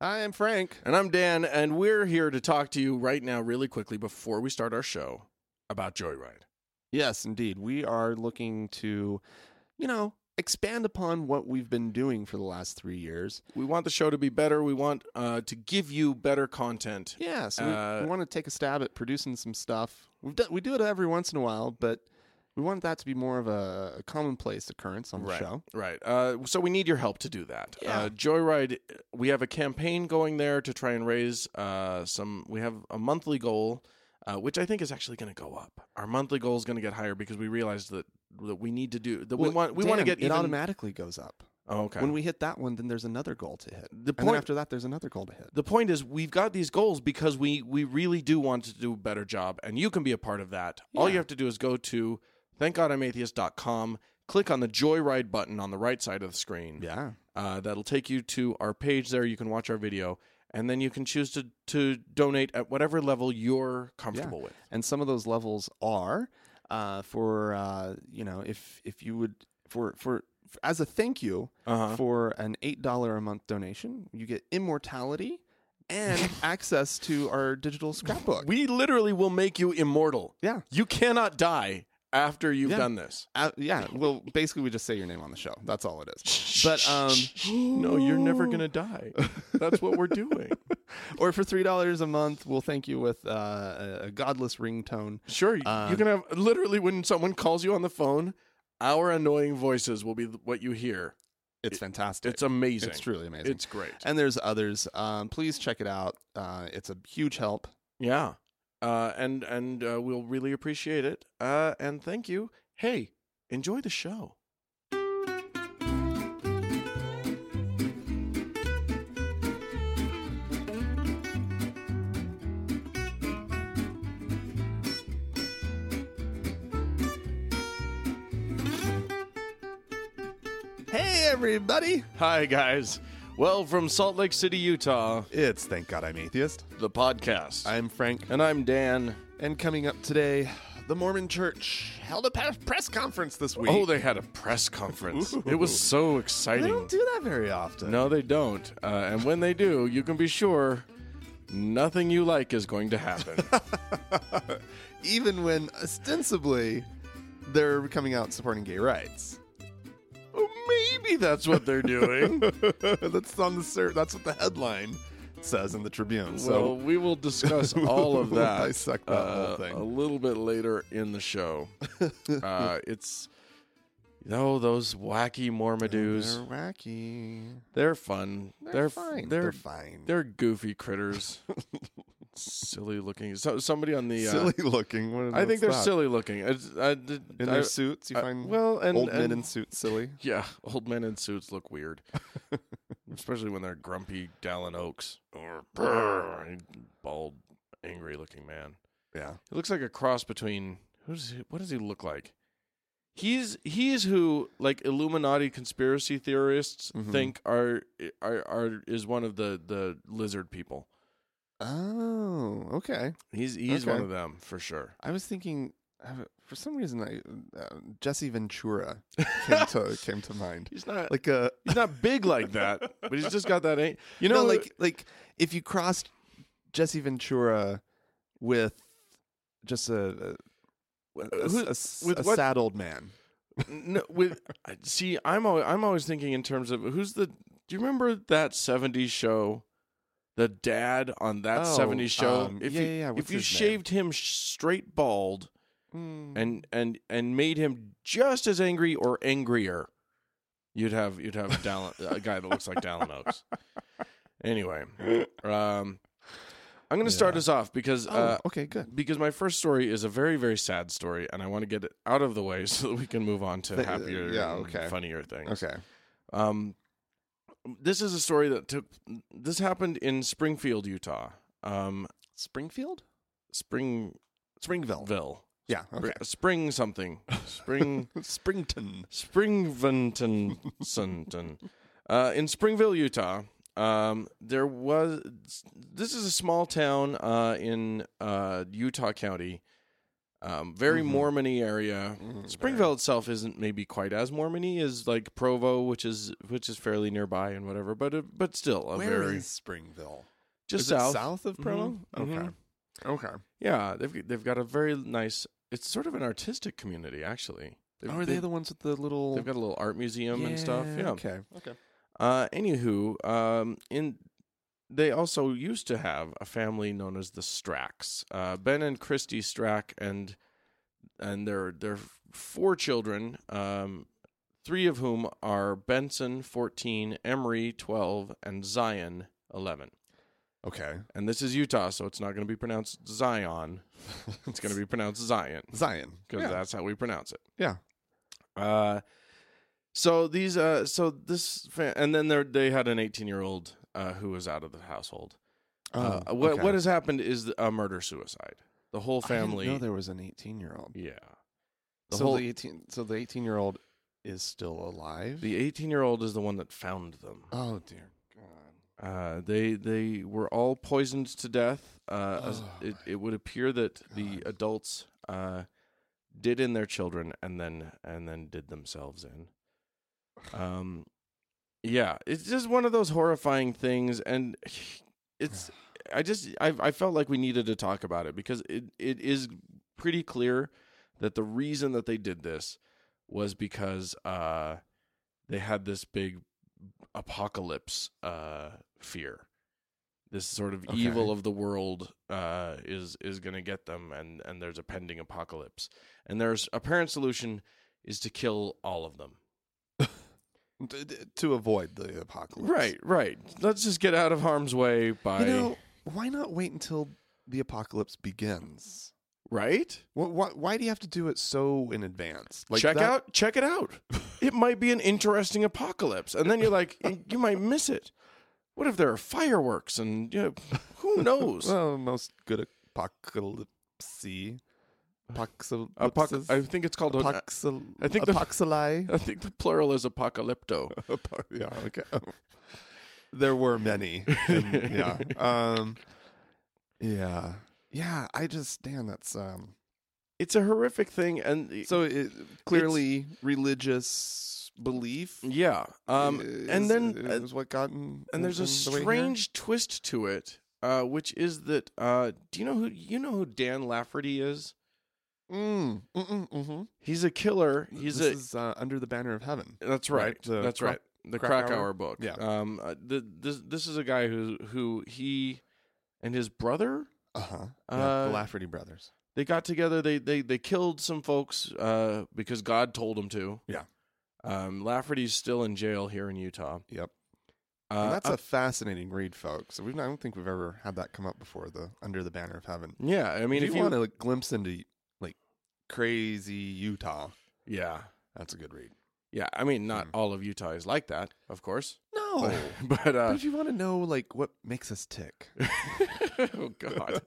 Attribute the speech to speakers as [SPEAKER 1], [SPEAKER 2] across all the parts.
[SPEAKER 1] I am Frank.
[SPEAKER 2] And I'm Dan, and we're here to talk to you right now, really quickly, before we start our show about Joyride.
[SPEAKER 1] Yes, indeed. We are looking to, you know, expand upon what we've been doing for the last three years.
[SPEAKER 2] We want the show to be better. We want uh, to give you better content.
[SPEAKER 1] Yeah, so we-
[SPEAKER 2] Uh,
[SPEAKER 1] we, want to take a stab at producing some stuff. We've done, we do it every once in a while, but we want that to be more of a, a commonplace occurrence on the
[SPEAKER 2] Right.
[SPEAKER 1] show.
[SPEAKER 2] Right. Uh, so we need your help to do that.
[SPEAKER 1] Yeah.
[SPEAKER 2] Uh, Joyride, we have a campaign going there to try and raise uh, some. We have a monthly goal, uh, which I think is actually going to go up. Our monthly goal is going to get higher because we realized that that we need to do that. we
[SPEAKER 1] Well,
[SPEAKER 2] want we want to
[SPEAKER 1] Dan,
[SPEAKER 2] get
[SPEAKER 1] it
[SPEAKER 2] even.
[SPEAKER 1] automatically goes up.
[SPEAKER 2] oh, okay.
[SPEAKER 1] When we hit that one, then there's another goal to hit.
[SPEAKER 2] the
[SPEAKER 1] And then
[SPEAKER 2] point
[SPEAKER 1] after that, there's another goal to hit.
[SPEAKER 2] the point is we've got these goals because we we really do want to do a better job and you can be a part of that all you
[SPEAKER 1] Yeah.
[SPEAKER 2] have to do is go to thankgodimatheist.com click on the joyride button on the right side of the screen
[SPEAKER 1] Yeah.
[SPEAKER 2] uh, that'll take you to our page there you can watch our video and then you can choose to to donate at whatever level you're comfortable with
[SPEAKER 1] and some of those levels are uh, for uh, you know if if you would for for for- as a thank you
[SPEAKER 2] uh-huh
[SPEAKER 1] for an eight dollar a month donation, you get immortality and access to our digital scrapbook.
[SPEAKER 2] we literally will make you immortal
[SPEAKER 1] yeah,
[SPEAKER 2] you cannot die after you've
[SPEAKER 1] Yeah.
[SPEAKER 2] done this
[SPEAKER 1] uh, yeah. Well, basically, we just say your name on the show. That's all it is. But um,
[SPEAKER 2] no you're never gonna die that's what we're doing
[SPEAKER 1] or for three dollars a month, we'll thank you with uh, a- a godless ringtone.
[SPEAKER 2] Sure, you
[SPEAKER 1] Um,
[SPEAKER 2] can have literally when someone calls you on the phone, our annoying voices will be th- what you hear.
[SPEAKER 1] It's fantastic.
[SPEAKER 2] It's amazing.
[SPEAKER 1] Eh, It's truly amazing.
[SPEAKER 2] It's great.
[SPEAKER 1] and there's others. Um, please check it out. Uh, it's a huge help.
[SPEAKER 2] yeah, uh, and and uh, we'll really appreciate it. Uh, and thank you. Hey, enjoy the show.
[SPEAKER 1] Hey, everybody!
[SPEAKER 2] Hi guys. Well, from Salt Lake City, Utah,
[SPEAKER 1] It's Thank God I'm Atheist.
[SPEAKER 2] the podcast.
[SPEAKER 1] I'm Frank.
[SPEAKER 2] and I'm Dan.
[SPEAKER 1] And coming up today, the Mormon Church held a pa- press conference this week.
[SPEAKER 2] Oh, they had a press conference. it was so exciting.
[SPEAKER 1] they don't do that very often.
[SPEAKER 2] No, they don't. Uh, and when they do, you can be sure nothing you like is going to happen.
[SPEAKER 1] Even when ostensibly they're coming out supporting gay rights. Oh,
[SPEAKER 2] Maybe that's what they're doing.
[SPEAKER 1] that's on the ser- that's what the headline says in the Tribune.
[SPEAKER 2] well,
[SPEAKER 1] So
[SPEAKER 2] we will discuss all of
[SPEAKER 1] We'll
[SPEAKER 2] that,
[SPEAKER 1] dissect that whole
[SPEAKER 2] uh,
[SPEAKER 1] thing.
[SPEAKER 2] a little bit later in the show. uh, it's you know those wacky Mormadoos.
[SPEAKER 1] they're wacky.
[SPEAKER 2] They're fun. They're,
[SPEAKER 1] They're,
[SPEAKER 2] f-
[SPEAKER 1] fine.
[SPEAKER 2] They're
[SPEAKER 1] They're,
[SPEAKER 2] they're, uh,
[SPEAKER 1] fine.
[SPEAKER 2] goofy critters. silly looking. So somebody on the. Uh,
[SPEAKER 1] silly looking. What,
[SPEAKER 2] I think
[SPEAKER 1] what's
[SPEAKER 2] they're
[SPEAKER 1] that?
[SPEAKER 2] silly looking. It's- I did-
[SPEAKER 1] in
[SPEAKER 2] I-
[SPEAKER 1] their suits. You
[SPEAKER 2] I-
[SPEAKER 1] find
[SPEAKER 2] well, and,
[SPEAKER 1] old men
[SPEAKER 2] and-
[SPEAKER 1] in suits silly.
[SPEAKER 2] yeah, old men in suits look weird, especially when they're grumpy Dallin Oaks or brr, bald, angry-looking man.
[SPEAKER 1] Yeah.
[SPEAKER 2] He looks like a cross between who's he, what does he look like? He's he's who like Illuminati conspiracy theorists
[SPEAKER 1] Mhm.
[SPEAKER 2] think are are are is one of the the lizard people.
[SPEAKER 1] Oh, okay.
[SPEAKER 2] He's he's one
[SPEAKER 1] Okay.
[SPEAKER 2] of them for sure.
[SPEAKER 1] I was thinking, uh, for some reason, I, uh, Jesse Ventura came to came to mind.
[SPEAKER 2] He's not
[SPEAKER 1] Like
[SPEAKER 2] like
[SPEAKER 1] a
[SPEAKER 2] he's not big like that, but he's just got that. ain't-
[SPEAKER 1] you
[SPEAKER 2] You know,
[SPEAKER 1] know, like like if you crossed Jesse Ventura with just a a, a,
[SPEAKER 2] Who-
[SPEAKER 1] a s-
[SPEAKER 2] with
[SPEAKER 1] a
[SPEAKER 2] what-
[SPEAKER 1] sad old man.
[SPEAKER 2] no, with see, I'm always, I'm always thinking in terms of who's the. Do you remember that '70s show? The dad on
[SPEAKER 1] Oh,
[SPEAKER 2] that '70s show.
[SPEAKER 1] um,
[SPEAKER 2] if
[SPEAKER 1] yeah,
[SPEAKER 2] you,
[SPEAKER 1] yeah, yeah.
[SPEAKER 2] if
[SPEAKER 1] What's
[SPEAKER 2] you
[SPEAKER 1] his name?
[SPEAKER 2] shaved him straight bald
[SPEAKER 1] Hmm.
[SPEAKER 2] and and and made him just as angry or angrier, you'd have you'd have Dallin, a guy that looks like Dallin Oaks. Anyway, um, I'm going to start
[SPEAKER 1] Yeah.
[SPEAKER 2] us off because
[SPEAKER 1] Oh,
[SPEAKER 2] uh,
[SPEAKER 1] okay, good.
[SPEAKER 2] because my first story is a very very sad story and i want to get it out of the way so that we can move on to
[SPEAKER 1] Th- uh,
[SPEAKER 2] happier
[SPEAKER 1] yeah,
[SPEAKER 2] and
[SPEAKER 1] okay.
[SPEAKER 2] funnier things
[SPEAKER 1] Okay.
[SPEAKER 2] um this is a story that took this happened in springfield utah um
[SPEAKER 1] Springfield,
[SPEAKER 2] springville
[SPEAKER 1] Springville. Yeah. Okay.
[SPEAKER 2] spring something spring
[SPEAKER 1] Springton.
[SPEAKER 2] Springventon. Sunton. uh, in Springville, Utah, um, there was. This is a small town uh, in uh, Utah County Um, very
[SPEAKER 1] Mhm.
[SPEAKER 2] Mormony area.
[SPEAKER 1] Mm,
[SPEAKER 2] Springville itself isn't maybe quite as Mormony as like Provo, which is which is fairly nearby and whatever, but it, but still a
[SPEAKER 1] Where
[SPEAKER 2] very
[SPEAKER 1] is Springville?
[SPEAKER 2] just
[SPEAKER 1] Is it
[SPEAKER 2] south.
[SPEAKER 1] south of Provo.
[SPEAKER 2] Mhm, mhm.
[SPEAKER 1] Okay, okay.
[SPEAKER 2] Yeah, they've they've got a very nice. It's sort of an artistic community actually. They've,
[SPEAKER 1] oh, are they,
[SPEAKER 2] they've,
[SPEAKER 1] the ones with the little
[SPEAKER 2] they've got a little art museum and stuff. Yeah.
[SPEAKER 1] Okay. Okay.
[SPEAKER 2] Uh, anywho, um, in they also used to have a family known as the Stracks. Uh, ben and Christy Strack and and their their four children, um, three of whom are Benson, fourteen, Emery, twelve, and Zion, eleven.
[SPEAKER 1] Okay.
[SPEAKER 2] And this is Utah, so it's not going to be pronounced Zion. It's going to be pronounced Zion
[SPEAKER 1] Zion.
[SPEAKER 2] because
[SPEAKER 1] Yeah.
[SPEAKER 2] that's how we pronounce it.
[SPEAKER 1] Yeah.
[SPEAKER 2] Uh, so these, uh, so this, fa- and then they they had an eighteen year old uh, who was out of the household.
[SPEAKER 1] Oh,
[SPEAKER 2] uh, what
[SPEAKER 1] okay.
[SPEAKER 2] what has happened is a murder suicide. The whole family.
[SPEAKER 1] I didn't know there was an 18 year old.
[SPEAKER 2] yeah. The
[SPEAKER 1] So
[SPEAKER 2] whole
[SPEAKER 1] the 18 so the 18 year old is still alive.
[SPEAKER 2] the eighteen year old is the one that found them.
[SPEAKER 1] oh dear God.
[SPEAKER 2] Uh, they they were all poisoned to death. Uh, as-
[SPEAKER 1] Oh,
[SPEAKER 2] it it would appear that the
[SPEAKER 1] God.
[SPEAKER 2] adults uh, did in their children and then and then did themselves in. Um, yeah, it's just one of those horrifying things, and it's I just I I felt like we needed to talk about it because it it is pretty clear that the reason that they did this was because uh they had this big apocalypse uh fear this sort of
[SPEAKER 1] Okay.
[SPEAKER 2] evil of the world uh is is going to get them and and there's a pending apocalypse and there's apparent solution is to kill all of them
[SPEAKER 1] D- d- to avoid the apocalypse.
[SPEAKER 2] right right let's just get out of harm's way by
[SPEAKER 1] You know, why not wait until the apocalypse begins?
[SPEAKER 2] right
[SPEAKER 1] Wh- wh- why do you have to do it so in advance?
[SPEAKER 2] check
[SPEAKER 1] that-
[SPEAKER 2] out check it out it might be an interesting apocalypse and then you're like you might miss it what if there are fireworks and you know, who knows
[SPEAKER 1] Well, most good apocalypse. Apocalypse.
[SPEAKER 2] Apoc- I think it's called. an-
[SPEAKER 1] Apoxil-
[SPEAKER 2] I think the-
[SPEAKER 1] apoxili.
[SPEAKER 2] I think the plural is apocalypto.
[SPEAKER 1] Apo- yeah, okay. there were many. and- yeah. Um, yeah. Yeah. I just damn that's um.
[SPEAKER 2] It's a horrific thing, and
[SPEAKER 1] So it, clearly, religious belief.
[SPEAKER 2] yeah, um, and
[SPEAKER 1] is-
[SPEAKER 2] then uh,
[SPEAKER 1] is what gotten
[SPEAKER 2] and there's a
[SPEAKER 1] in the way here.
[SPEAKER 2] strange twist to it, uh, which is that uh, do you know who you know who Dan Lafferty is?
[SPEAKER 1] Mm, mm-mm, mm-hmm.
[SPEAKER 2] He's a killer. He's
[SPEAKER 1] this
[SPEAKER 2] a
[SPEAKER 1] is, uh, under the banner of heaven.
[SPEAKER 2] That's
[SPEAKER 1] Right,
[SPEAKER 2] right.
[SPEAKER 1] the
[SPEAKER 2] That's
[SPEAKER 1] Krak-
[SPEAKER 2] right. The
[SPEAKER 1] Krakauer?
[SPEAKER 2] Krakauer, book.
[SPEAKER 1] Yeah.
[SPEAKER 2] Um. uh, th- this this is a guy who who he and his brother
[SPEAKER 1] Uh huh.
[SPEAKER 2] Uh,
[SPEAKER 1] the Lafferty brothers.
[SPEAKER 2] they got together. They they they killed some folks uh, because God told them to.
[SPEAKER 1] Yeah.
[SPEAKER 2] Um, Lafferty's still in jail here in Utah.
[SPEAKER 1] Yep.
[SPEAKER 2] Uh,
[SPEAKER 1] And that's
[SPEAKER 2] uh,
[SPEAKER 1] a fascinating read, folks. We've not, I don't think we've ever had that come up before. The under the banner of heaven.
[SPEAKER 2] yeah. I mean,
[SPEAKER 1] if, you, want a glimpse into like crazy Utah,
[SPEAKER 2] yeah,
[SPEAKER 1] that's a good read.
[SPEAKER 2] yeah. I mean, not
[SPEAKER 1] Hmm. Oh.
[SPEAKER 2] all of Utah is like that, of course.
[SPEAKER 1] No,
[SPEAKER 2] But, but,
[SPEAKER 1] but
[SPEAKER 2] uh,
[SPEAKER 1] if you want to know like what makes us tick,
[SPEAKER 2] oh God.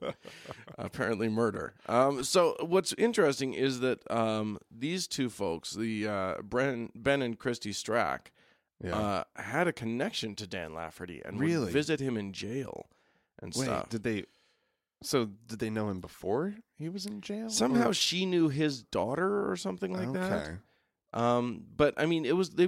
[SPEAKER 2] apparently murder. Um, so what's interesting is that um, these two folks, the uh, Bren, Ben and Christy Strack,
[SPEAKER 1] yeah.
[SPEAKER 2] uh, had a connection to Dan Lafferty and
[SPEAKER 1] Really?
[SPEAKER 2] would visit him in jail and
[SPEAKER 1] Wait,
[SPEAKER 2] stuff.
[SPEAKER 1] did they? So did they know him before he was in jail?
[SPEAKER 2] Somehow
[SPEAKER 1] Or-
[SPEAKER 2] she knew his daughter or something like
[SPEAKER 1] Okay.
[SPEAKER 2] that. Um, but I mean, it was they.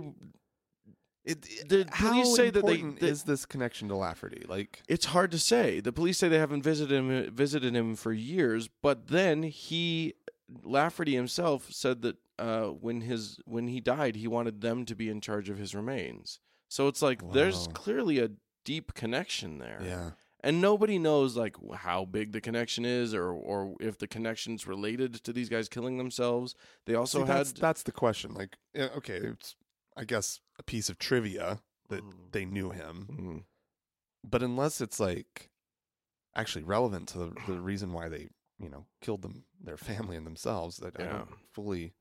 [SPEAKER 1] It,
[SPEAKER 2] The
[SPEAKER 1] how
[SPEAKER 2] police say that they-
[SPEAKER 1] important
[SPEAKER 2] that-
[SPEAKER 1] is this connection to Lafferty? Like,
[SPEAKER 2] It's hard to say. The police say they haven't visited him visited him for years, but then he Lafferty himself said that uh, when his when he died, he wanted them to be in charge of his remains. So it's like there's
[SPEAKER 1] Wow.
[SPEAKER 2] clearly a deep connection there,
[SPEAKER 1] yeah,
[SPEAKER 2] and nobody knows like how big the connection is or or if the connection's related to these guys killing themselves. They also
[SPEAKER 1] See,
[SPEAKER 2] had
[SPEAKER 1] that's, that's the question. Like, yeah, okay, it's I guess a piece of trivia that
[SPEAKER 2] Mm.
[SPEAKER 1] they knew him,
[SPEAKER 2] Mm.
[SPEAKER 1] but unless it's like actually relevant to the, the reason why they you know killed them, their family and themselves, that I
[SPEAKER 2] Yeah.
[SPEAKER 1] don't fully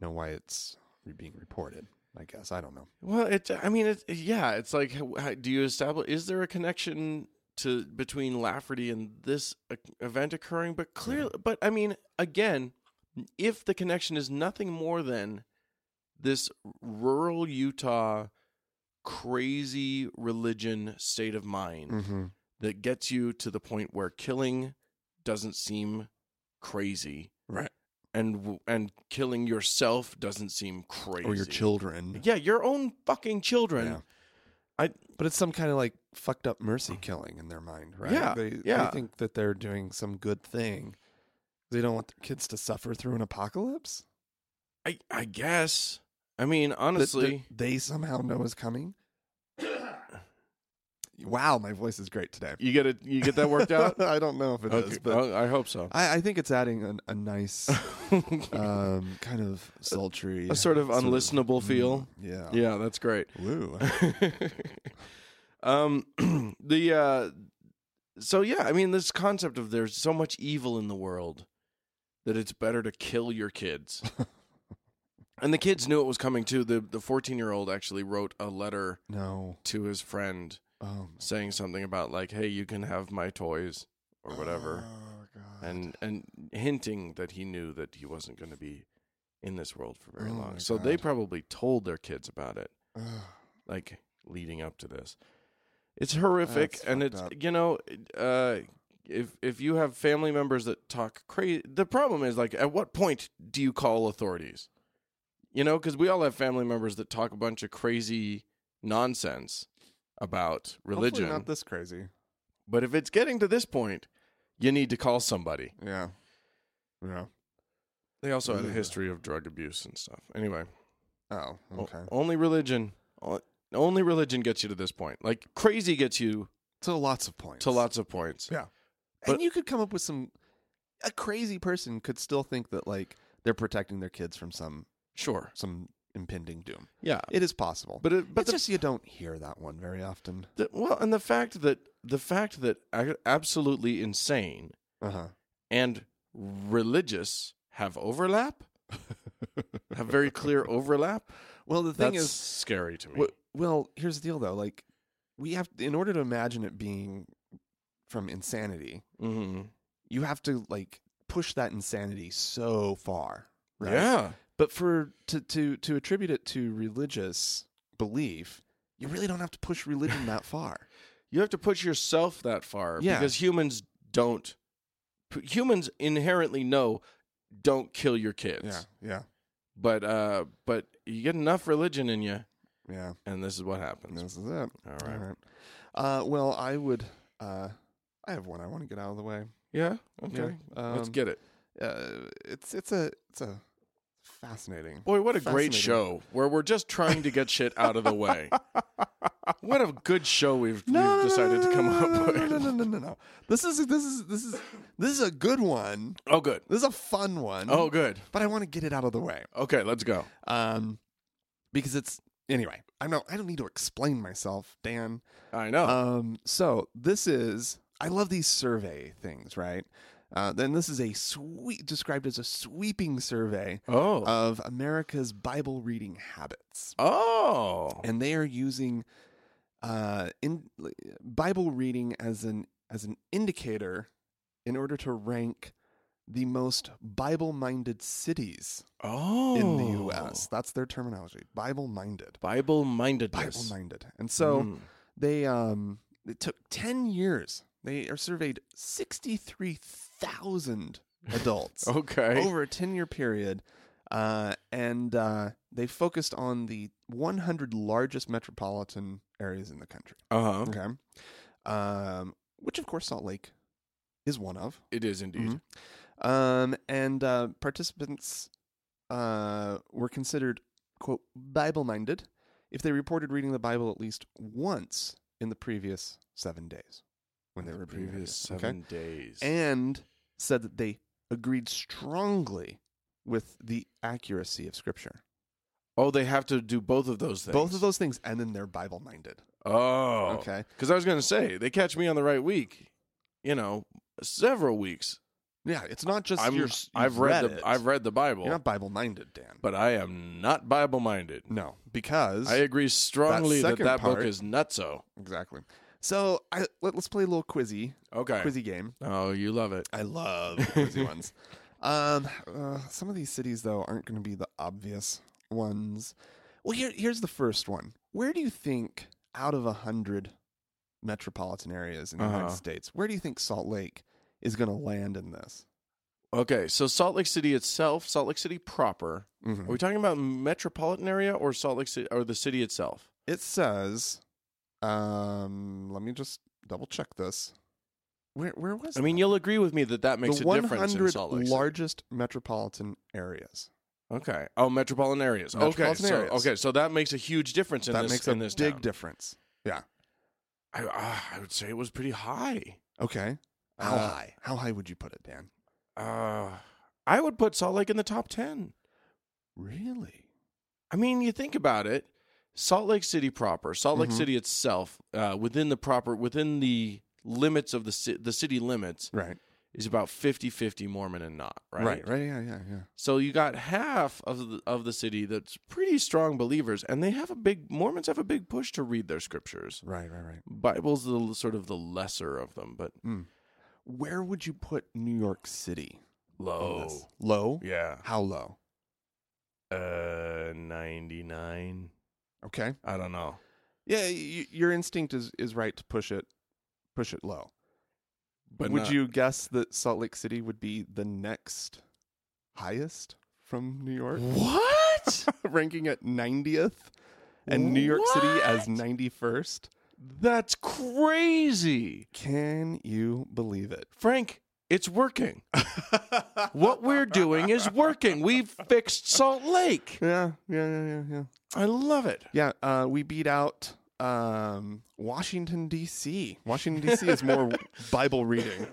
[SPEAKER 1] know why it's re- being reported. I guess I don't know.
[SPEAKER 2] Well, it. I mean, it. Yeah, it's like, how, how- do you establish? Is there a connection to between Lafferty and this uh, event occurring? But clearly, but I mean, again, if the connection is nothing more than this rural Utah crazy religion state of mind
[SPEAKER 1] Mm-hmm.
[SPEAKER 2] that gets you to the point where killing doesn't seem crazy,
[SPEAKER 1] Right.
[SPEAKER 2] And w- and killing yourself doesn't seem crazy.
[SPEAKER 1] Or your children.
[SPEAKER 2] Yeah, your own fucking children.
[SPEAKER 1] Yeah.
[SPEAKER 2] I-
[SPEAKER 1] but it's some kind of like fucked up mercy killing in their mind, right?
[SPEAKER 2] Yeah,
[SPEAKER 1] they,
[SPEAKER 2] yeah.
[SPEAKER 1] they think that they're doing some good thing. They don't want their kids to suffer through an apocalypse.
[SPEAKER 2] I I guess. I mean,
[SPEAKER 1] that- that
[SPEAKER 2] honestly,
[SPEAKER 1] they somehow know is coming. wow, my voice is great today.
[SPEAKER 2] you get it. You get that worked out.
[SPEAKER 1] I don't know if it is,
[SPEAKER 2] Okay,
[SPEAKER 1] but
[SPEAKER 2] I, Uh, I hope so.
[SPEAKER 1] I, I think it's adding an, a nice, um, kind of sultry,
[SPEAKER 2] a sort of unlistenable
[SPEAKER 1] mm,
[SPEAKER 2] feel.
[SPEAKER 1] Yeah.
[SPEAKER 2] Yeah, that's great.
[SPEAKER 1] Woo.
[SPEAKER 2] um, the uh, so yeah, I mean, this concept of there's so much evil in the world that it's better to kill your kids. and the kids knew it was coming too. The the 14 year old actually wrote a letter
[SPEAKER 1] No.
[SPEAKER 2] to his friend
[SPEAKER 1] Um,
[SPEAKER 2] saying something about like, "Hey, you can have my toys or whatever,"
[SPEAKER 1] Oh, God.
[SPEAKER 2] and and hinting that he knew that he wasn't going to be in this world for very
[SPEAKER 1] Oh my
[SPEAKER 2] long. So they
[SPEAKER 1] God.
[SPEAKER 2] probably told their kids about it
[SPEAKER 1] Ugh.
[SPEAKER 2] like leading up to this. It's horrific,
[SPEAKER 1] That's
[SPEAKER 2] and
[SPEAKER 1] fucked
[SPEAKER 2] it's
[SPEAKER 1] up.
[SPEAKER 2] you know, uh, if if you have family members that talk crazy, the problem is like, at what point do you call authorities? You know, because we all have family members that talk a bunch of crazy nonsense about
[SPEAKER 1] Hopefully
[SPEAKER 2] religion,
[SPEAKER 1] Not this crazy.
[SPEAKER 2] but if it's getting to this point, you need to call somebody.
[SPEAKER 1] Yeah. Yeah.
[SPEAKER 2] They also had a
[SPEAKER 1] Ugh.
[SPEAKER 2] history of drug abuse and stuff. Anyway,
[SPEAKER 1] Oh,
[SPEAKER 2] o-
[SPEAKER 1] okay.
[SPEAKER 2] only religion, o- only religion gets you to this point. Like crazy gets you
[SPEAKER 1] To lots of points.
[SPEAKER 2] to lots of points.
[SPEAKER 1] Yeah.
[SPEAKER 2] but-
[SPEAKER 1] and you could come up with some. A crazy person could still think that like they're protecting their kids from some
[SPEAKER 2] Sure.
[SPEAKER 1] some impending doom.
[SPEAKER 2] Yeah.
[SPEAKER 1] It is possible,
[SPEAKER 2] But it,
[SPEAKER 1] but
[SPEAKER 2] but the,
[SPEAKER 1] just you don't hear that one very often.
[SPEAKER 2] the- well, and the fact that the fact that a- absolutely insane
[SPEAKER 1] Uh huh.
[SPEAKER 2] and religious have overlap, have very clear overlap.
[SPEAKER 1] Well, the thing
[SPEAKER 2] that's
[SPEAKER 1] is,
[SPEAKER 2] scary to me.
[SPEAKER 1] w- well, here's the deal though. Like, we have in order to imagine it being from insanity,
[SPEAKER 2] hmm
[SPEAKER 1] you have to like push that insanity so far, right?
[SPEAKER 2] Yeah.
[SPEAKER 1] but for to to to attribute it to religious belief you really don't have to push religion that far
[SPEAKER 2] You have to push yourself that far
[SPEAKER 1] Yeah.
[SPEAKER 2] because humans don't. p- Humans inherently know don't kill your kids.
[SPEAKER 1] yeah
[SPEAKER 2] But uh, but you get enough religion in you,
[SPEAKER 1] yeah
[SPEAKER 2] and this is what happens.
[SPEAKER 1] this is it all
[SPEAKER 2] All
[SPEAKER 1] right,
[SPEAKER 2] right.
[SPEAKER 1] uh well i would uh i have one i want to get out of the way
[SPEAKER 2] Yeah. Okay.
[SPEAKER 1] Yeah.
[SPEAKER 2] Let's
[SPEAKER 1] Um,
[SPEAKER 2] get it.
[SPEAKER 1] uh it's it's a it's a fascinating
[SPEAKER 2] Boy, what a
[SPEAKER 1] Fascinating.
[SPEAKER 2] great show where we're just trying to get shit out of the way. what a good show we've, we've decided to come
[SPEAKER 1] no,
[SPEAKER 2] up
[SPEAKER 1] no, no, no,
[SPEAKER 2] with.
[SPEAKER 1] no, no, no, no. This is this is this is this is a good one.
[SPEAKER 2] Oh, good.
[SPEAKER 1] This is a fun one.
[SPEAKER 2] Oh, good.
[SPEAKER 1] but I want to get it out of the way.
[SPEAKER 2] Okay, let's go.
[SPEAKER 1] Um, because it's anyway. I know I don't need to explain myself, Dan.
[SPEAKER 2] I know.
[SPEAKER 1] Um, so this is I love these survey things, right? Uh, then this is a sweet described as a sweeping survey
[SPEAKER 2] oh.
[SPEAKER 1] of America's Bible reading habits,
[SPEAKER 2] oh.
[SPEAKER 1] and they are using uh, in Bible reading as an as an indicator in order to rank the most Bible minded cities
[SPEAKER 2] oh.
[SPEAKER 1] in the U.S. That's their terminology, Bible minded,
[SPEAKER 2] Bible mindedness.
[SPEAKER 1] Bible minded, and so
[SPEAKER 2] Mm.
[SPEAKER 1] they um it took 10 years they are surveyed 63,000 adults
[SPEAKER 2] Oh, Okay.
[SPEAKER 1] over a 10 year period uh, and uh, they focused on the 100 largest metropolitan areas in the country
[SPEAKER 2] Uh huh.
[SPEAKER 1] okay um, which of course salt lake is one of
[SPEAKER 2] It is
[SPEAKER 1] Mm-hmm.
[SPEAKER 2] indeed.
[SPEAKER 1] um, and uh, participants uh, were considered, quote, Bible minded if they reported reading the Bible at least once in the previous seven days when they were
[SPEAKER 2] the
[SPEAKER 1] reading it,
[SPEAKER 2] previous
[SPEAKER 1] okay?
[SPEAKER 2] seven days.
[SPEAKER 1] And said that they agreed strongly with the accuracy of Scripture.
[SPEAKER 2] oh, they have to do both of those things.
[SPEAKER 1] Both of those things, and then they're Bible minded.
[SPEAKER 2] Oh.
[SPEAKER 1] Okay.
[SPEAKER 2] Because I was going to say, they catch me on the right week, you know, several weeks
[SPEAKER 1] Yeah, it's not just
[SPEAKER 2] I'm,
[SPEAKER 1] your, s- you've
[SPEAKER 2] I've read,
[SPEAKER 1] it.
[SPEAKER 2] the I've read the Bible,
[SPEAKER 1] You're not Bible minded, Dan.
[SPEAKER 2] but I am not Bible minded.
[SPEAKER 1] no, because
[SPEAKER 2] I agree strongly that
[SPEAKER 1] second
[SPEAKER 2] that book
[SPEAKER 1] part-
[SPEAKER 2] is nutso.
[SPEAKER 1] exactly. So I, let, let's play a little quizzy
[SPEAKER 2] Okay.
[SPEAKER 1] quizzy game.
[SPEAKER 2] Oh, you love it.
[SPEAKER 1] I love quizzy ones. Um, uh, some of these cities though aren't going to be the obvious ones. Well, here here's the first one. Where do you think out of a hundred metropolitan areas in the
[SPEAKER 2] Uh-huh.
[SPEAKER 1] United States, where do you think Salt Lake is going to land in this?
[SPEAKER 2] Okay, so Salt Lake City itself, Salt Lake City proper.
[SPEAKER 1] Mhm.
[SPEAKER 2] Are we talking about metropolitan area or Salt Lake City or the city itself?
[SPEAKER 1] It says, um, let me just double check this. Where where was
[SPEAKER 2] I mean, you'll agree with me that
[SPEAKER 1] that?
[SPEAKER 2] that makes
[SPEAKER 1] the
[SPEAKER 2] a difference in
[SPEAKER 1] 100
[SPEAKER 2] Salt Lake. City.
[SPEAKER 1] largest metropolitan areas?
[SPEAKER 2] Okay. Oh, metropolitan areas.
[SPEAKER 1] Metropolitan
[SPEAKER 2] okay.
[SPEAKER 1] areas.
[SPEAKER 2] So, okay, so that makes a huge difference in
[SPEAKER 1] that
[SPEAKER 2] this.
[SPEAKER 1] makes a
[SPEAKER 2] in this
[SPEAKER 1] big
[SPEAKER 2] town.
[SPEAKER 1] difference.
[SPEAKER 2] I, uh, I would say it was pretty high.
[SPEAKER 1] Okay,
[SPEAKER 2] How
[SPEAKER 1] Uh,
[SPEAKER 2] high?
[SPEAKER 1] How high would you put it, Dan?
[SPEAKER 2] Uh, I would put Salt Lake in the top ten.
[SPEAKER 1] Really?
[SPEAKER 2] I mean, you think about it. Salt Lake City proper, Salt Lake
[SPEAKER 1] Mhm.
[SPEAKER 2] City itself, uh, within the proper, within the limits of the ci- the city limits,
[SPEAKER 1] Right.
[SPEAKER 2] is about 50-50 Mormon and not, right?
[SPEAKER 1] Right. Right. yeah. Yeah. Yeah.
[SPEAKER 2] So you got half of the of the city that's pretty strong believers, and they have a big Mormons have a big push to read their scriptures.
[SPEAKER 1] Right. Right. Right.
[SPEAKER 2] Bible's the l- sort of the lesser of them, but
[SPEAKER 1] Where would you put New York City? on
[SPEAKER 2] low.
[SPEAKER 1] this? Low.
[SPEAKER 2] Yeah.
[SPEAKER 1] How low?
[SPEAKER 2] Uh, ninety nine.
[SPEAKER 1] Okay.
[SPEAKER 2] I don't know.
[SPEAKER 1] Yeah. Y- your instinct is is right to push it, push it low.
[SPEAKER 2] But
[SPEAKER 1] would
[SPEAKER 2] not-
[SPEAKER 1] you guess that Salt Lake City would be the next highest from New York,
[SPEAKER 2] What?
[SPEAKER 1] ranking at 90th, and New York City as
[SPEAKER 2] What?
[SPEAKER 1] 91st?
[SPEAKER 2] That's crazy,
[SPEAKER 1] Can you believe it?
[SPEAKER 2] Frank. It's working. what we're doing is working. We've fixed Salt Lake.
[SPEAKER 1] Yeah, yeah, yeah, yeah, yeah.
[SPEAKER 2] I love it.
[SPEAKER 1] Yeah, uh, we beat out um, Washington D.C. Washington D.C. is more Bible reading.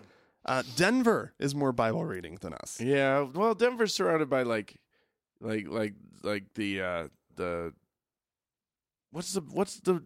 [SPEAKER 1] Uh, Denver is more Bible reading than us.
[SPEAKER 2] Yeah, well, Denver's surrounded by like, like, like, like the uh the what's the what's the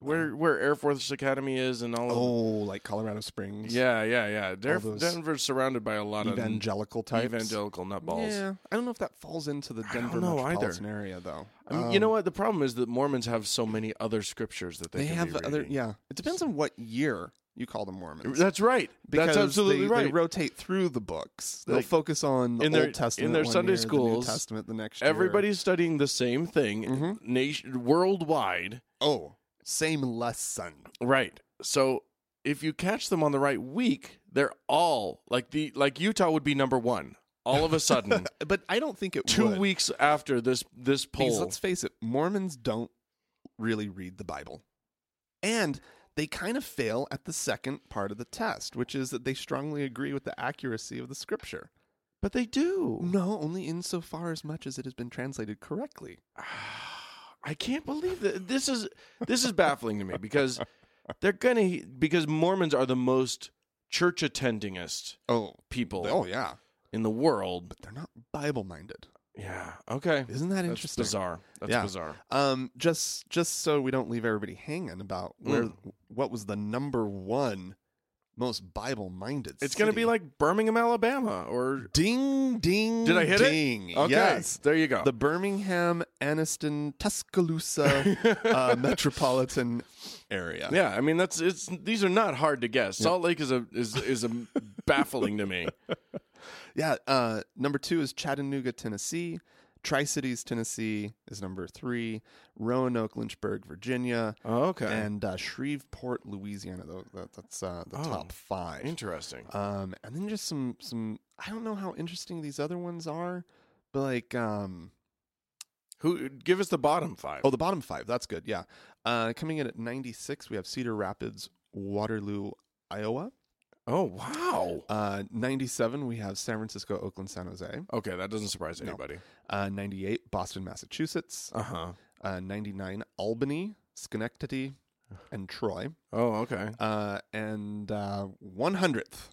[SPEAKER 2] where where Air Force Academy is and all.
[SPEAKER 1] Oh,
[SPEAKER 2] of,
[SPEAKER 1] like Colorado Springs.
[SPEAKER 2] yeah, yeah, yeah. Der-
[SPEAKER 1] those
[SPEAKER 2] Denver's surrounded by a lot
[SPEAKER 1] evangelical
[SPEAKER 2] of n-
[SPEAKER 1] types.
[SPEAKER 2] evangelical nutballs.
[SPEAKER 1] Yeah, I don't know if that falls into the
[SPEAKER 2] I don't
[SPEAKER 1] Denver
[SPEAKER 2] know either.
[SPEAKER 1] metropolitan area though. Um,
[SPEAKER 2] I mean, you know what? The problem is that Mormons have so many other scriptures that they,
[SPEAKER 1] They
[SPEAKER 2] could
[SPEAKER 1] have
[SPEAKER 2] be
[SPEAKER 1] other.
[SPEAKER 2] reading.
[SPEAKER 1] Yeah, it depends on what year you call them Mormons.
[SPEAKER 2] That's right. That's
[SPEAKER 1] Because
[SPEAKER 2] absolutely
[SPEAKER 1] they,
[SPEAKER 2] right.
[SPEAKER 1] They rotate through the books. They'll
[SPEAKER 2] Like,
[SPEAKER 1] focus on the
[SPEAKER 2] in their-
[SPEAKER 1] Old Testament
[SPEAKER 2] in their
[SPEAKER 1] one
[SPEAKER 2] Sunday
[SPEAKER 1] year, the New
[SPEAKER 2] schools,
[SPEAKER 1] Testament the next year.
[SPEAKER 2] Everybody's studying the same thing,
[SPEAKER 1] Mhm.
[SPEAKER 2] nation worldwide.
[SPEAKER 1] Oh, same lesson.
[SPEAKER 2] Right. So if you catch them on the right week, they're all like the like Utah would be number one. All of a sudden,
[SPEAKER 1] Uh, But I don't think it
[SPEAKER 2] two
[SPEAKER 1] would.
[SPEAKER 2] weeks after this this
[SPEAKER 1] Because
[SPEAKER 2] poll,
[SPEAKER 1] let's face it, Mormons don't really read the Bible. And they kind of fail at the second part of the test, which is that they strongly agree with the accuracy of the scripture.
[SPEAKER 2] but they do.
[SPEAKER 1] No, only insofar as much as it has been translated correctly.
[SPEAKER 2] I can't believe that this is this is baffling to me because they're gonna because Mormons are the most church attendingest
[SPEAKER 1] Oh,
[SPEAKER 2] people
[SPEAKER 1] oh yeah.
[SPEAKER 2] in the world.
[SPEAKER 1] They're not Bible minded.
[SPEAKER 2] Yeah. Okay.
[SPEAKER 1] Isn't that
[SPEAKER 2] That's
[SPEAKER 1] interesting?
[SPEAKER 2] bizarre. That's
[SPEAKER 1] Yeah.
[SPEAKER 2] bizarre.
[SPEAKER 1] Um, just just so we don't leave everybody hanging about where
[SPEAKER 2] Mm.
[SPEAKER 1] what was the number one most Bible minded.
[SPEAKER 2] It's gonna be like Birmingham, Alabama, or
[SPEAKER 1] ding ding.
[SPEAKER 2] Did I hit it?
[SPEAKER 1] ding.
[SPEAKER 2] okay.
[SPEAKER 1] Yes,
[SPEAKER 2] There you go.
[SPEAKER 1] the Birmingham, Anniston, Tuscaloosa uh, metropolitan area.
[SPEAKER 2] Yeah, I mean that's it's these are not hard to guess. Salt Lake is a is is a baffling to me.
[SPEAKER 1] Yeah. Uh, number two is Chattanooga, Tennessee. Tri Cities, Tennessee is number three. Roanoke, Lynchburg, Virginia,
[SPEAKER 2] Okay.
[SPEAKER 1] and uh, Shreveport, Louisiana. Tho- that- that's uh, the
[SPEAKER 2] Oh,
[SPEAKER 1] top five.
[SPEAKER 2] Interesting.
[SPEAKER 1] Um, and then just some some I don't know how interesting these other ones are, but like um
[SPEAKER 2] Who give us the bottom five?
[SPEAKER 1] oh the bottom five that's good yeah. Uh, coming in at ninety six we have Cedar Rapids, Waterloo, Iowa.
[SPEAKER 2] Oh, wow.
[SPEAKER 1] Uh, ninety seven we have San Francisco, Oakland, San Jose.
[SPEAKER 2] Okay, that doesn't surprise
[SPEAKER 1] No.
[SPEAKER 2] anybody.
[SPEAKER 1] Uh, ninety eight Boston, Massachusetts.
[SPEAKER 2] Uh huh.
[SPEAKER 1] Uh, ninety nine Albany, Schenectady, and Troy.
[SPEAKER 2] Oh, okay.
[SPEAKER 1] Uh, and uh, one hundredth,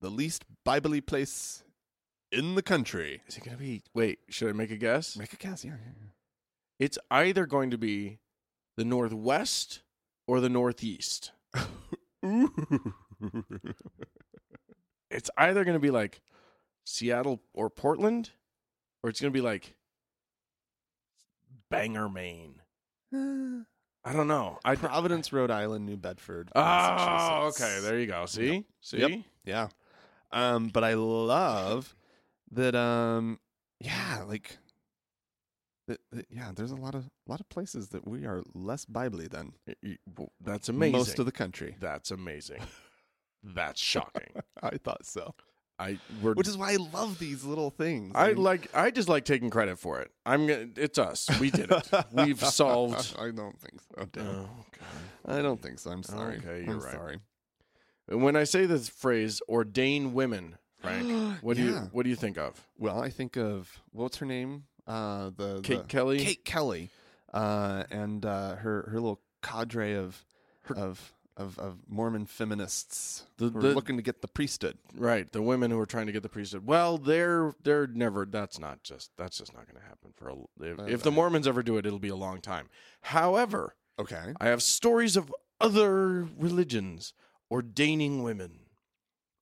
[SPEAKER 1] the least biblically place in the country.
[SPEAKER 2] Is it gonna be? Wait, should I make a guess?
[SPEAKER 1] Make a guess, yeah, yeah, yeah.
[SPEAKER 2] It's either going to be the northwest or the northeast. It's either going to be like Seattle or Portland, or it's going to be like Bangor, Maine. I don't know. I
[SPEAKER 1] Providence, Rhode Island, New Bedford.
[SPEAKER 2] Oh,
[SPEAKER 1] Massachusetts.
[SPEAKER 2] okay. There you go. See? See?
[SPEAKER 1] Yep. yeah. Um, but I love that. Um, yeah, like, that, that- yeah. There's a lot of lot of places that we are less biblically than
[SPEAKER 2] Y- y- w- That's amazing.
[SPEAKER 1] most of the country.
[SPEAKER 2] That's amazing. That's shocking.
[SPEAKER 1] I thought so.
[SPEAKER 2] I we're
[SPEAKER 1] which is why I love these little things.
[SPEAKER 2] I
[SPEAKER 1] mean-
[SPEAKER 2] like I just like taking credit for it. I'm gonna it's us. We did it. We've solved
[SPEAKER 1] I don't think so. Dan.
[SPEAKER 2] Oh,
[SPEAKER 1] I don't think so. I'm sorry.
[SPEAKER 2] Okay, you're
[SPEAKER 1] I'm
[SPEAKER 2] right.
[SPEAKER 1] Sorry.
[SPEAKER 2] God. When I say this phrase ordain women, Frank, what do you
[SPEAKER 1] Yeah.
[SPEAKER 2] what do you think of?
[SPEAKER 1] Well, I think of what's her name? Uh, the
[SPEAKER 2] Kate
[SPEAKER 1] the-
[SPEAKER 2] Kelly?
[SPEAKER 1] Kate Kelly, uh, and uh, her her little cadre of of of, of Mormon feminists
[SPEAKER 2] The-
[SPEAKER 1] who are
[SPEAKER 2] the-
[SPEAKER 1] looking to get the priesthood.
[SPEAKER 2] Right, the women who are trying to get the priesthood. Well, they're they're never. That's not just. That's just not going to happen for. A, if,
[SPEAKER 1] Uh,
[SPEAKER 2] if the Mormons ever do it, it'll be a long time. However,
[SPEAKER 1] Okay.
[SPEAKER 2] I have stories of other religions ordaining women.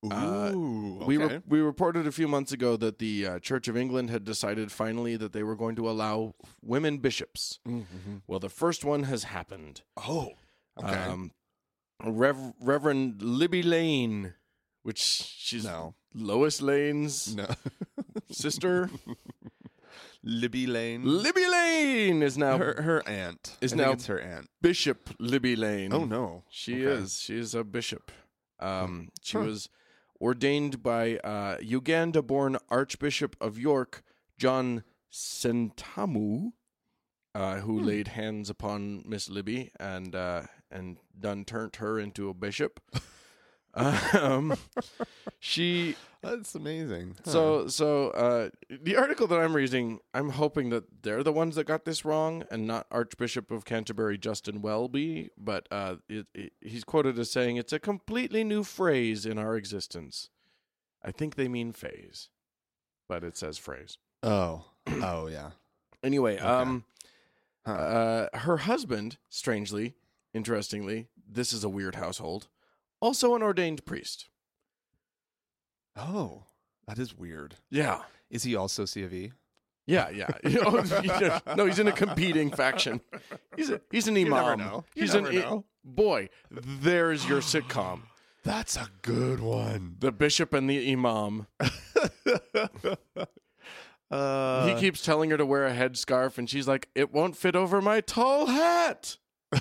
[SPEAKER 1] Ooh.
[SPEAKER 2] Uh,
[SPEAKER 1] okay.
[SPEAKER 2] We re- we reported a few months ago that the uh, Church of England had decided finally that they were going to allow women bishops.
[SPEAKER 1] Mhm.
[SPEAKER 2] Well, the first one has happened.
[SPEAKER 1] Oh. Okay.
[SPEAKER 2] Um, Rev- Reverend Libby Lane, which she's
[SPEAKER 1] no.
[SPEAKER 2] Lois Lane's
[SPEAKER 1] No.
[SPEAKER 2] sister.
[SPEAKER 1] Libby Lane.
[SPEAKER 2] Libby Lane is now
[SPEAKER 1] her her aunt
[SPEAKER 2] Is
[SPEAKER 1] I think
[SPEAKER 2] now- Mm.
[SPEAKER 1] it's her aunt.
[SPEAKER 2] Bishop Libby Lane.
[SPEAKER 1] Oh no.
[SPEAKER 2] She
[SPEAKER 1] Okay.
[SPEAKER 2] is. She is a bishop. Um, she
[SPEAKER 1] Huh.
[SPEAKER 2] was ordained by uh, Uganda-born Archbishop of York, John Sentamu, uh, who
[SPEAKER 1] Hmm.
[SPEAKER 2] laid hands upon Miss Libby and uh, and done turned her into a bishop. um, she
[SPEAKER 1] That's amazing. Huh.
[SPEAKER 2] So, so uh, the article that I'm reading, I'm hoping that they're the ones that got this wrong, and not Archbishop of Canterbury Justin Welby. But uh, it, it, he's quoted as saying, "It's a completely new phrase in our existence." I think they mean phase, but it says phrase.
[SPEAKER 1] Oh. Oh yeah.
[SPEAKER 2] Anyway, um,
[SPEAKER 1] Huh.
[SPEAKER 2] uh, her husband, strangely, interestingly, this is a weird household, also an ordained priest.
[SPEAKER 1] Oh. That is weird.
[SPEAKER 2] Yeah.
[SPEAKER 1] Is he also C of E?
[SPEAKER 2] Yeah, yeah. Oh, you know, no, he's in a competing faction. He's a, he's an imam.
[SPEAKER 1] never know. You
[SPEAKER 2] he's
[SPEAKER 1] never
[SPEAKER 2] an i-
[SPEAKER 1] know.
[SPEAKER 2] boy. There's your sitcom:
[SPEAKER 1] That's a good one.
[SPEAKER 2] the bishop and the imam.
[SPEAKER 1] Uh,
[SPEAKER 2] he keeps telling her to wear a headscarf, and she's like, "It won't fit over my tall hat."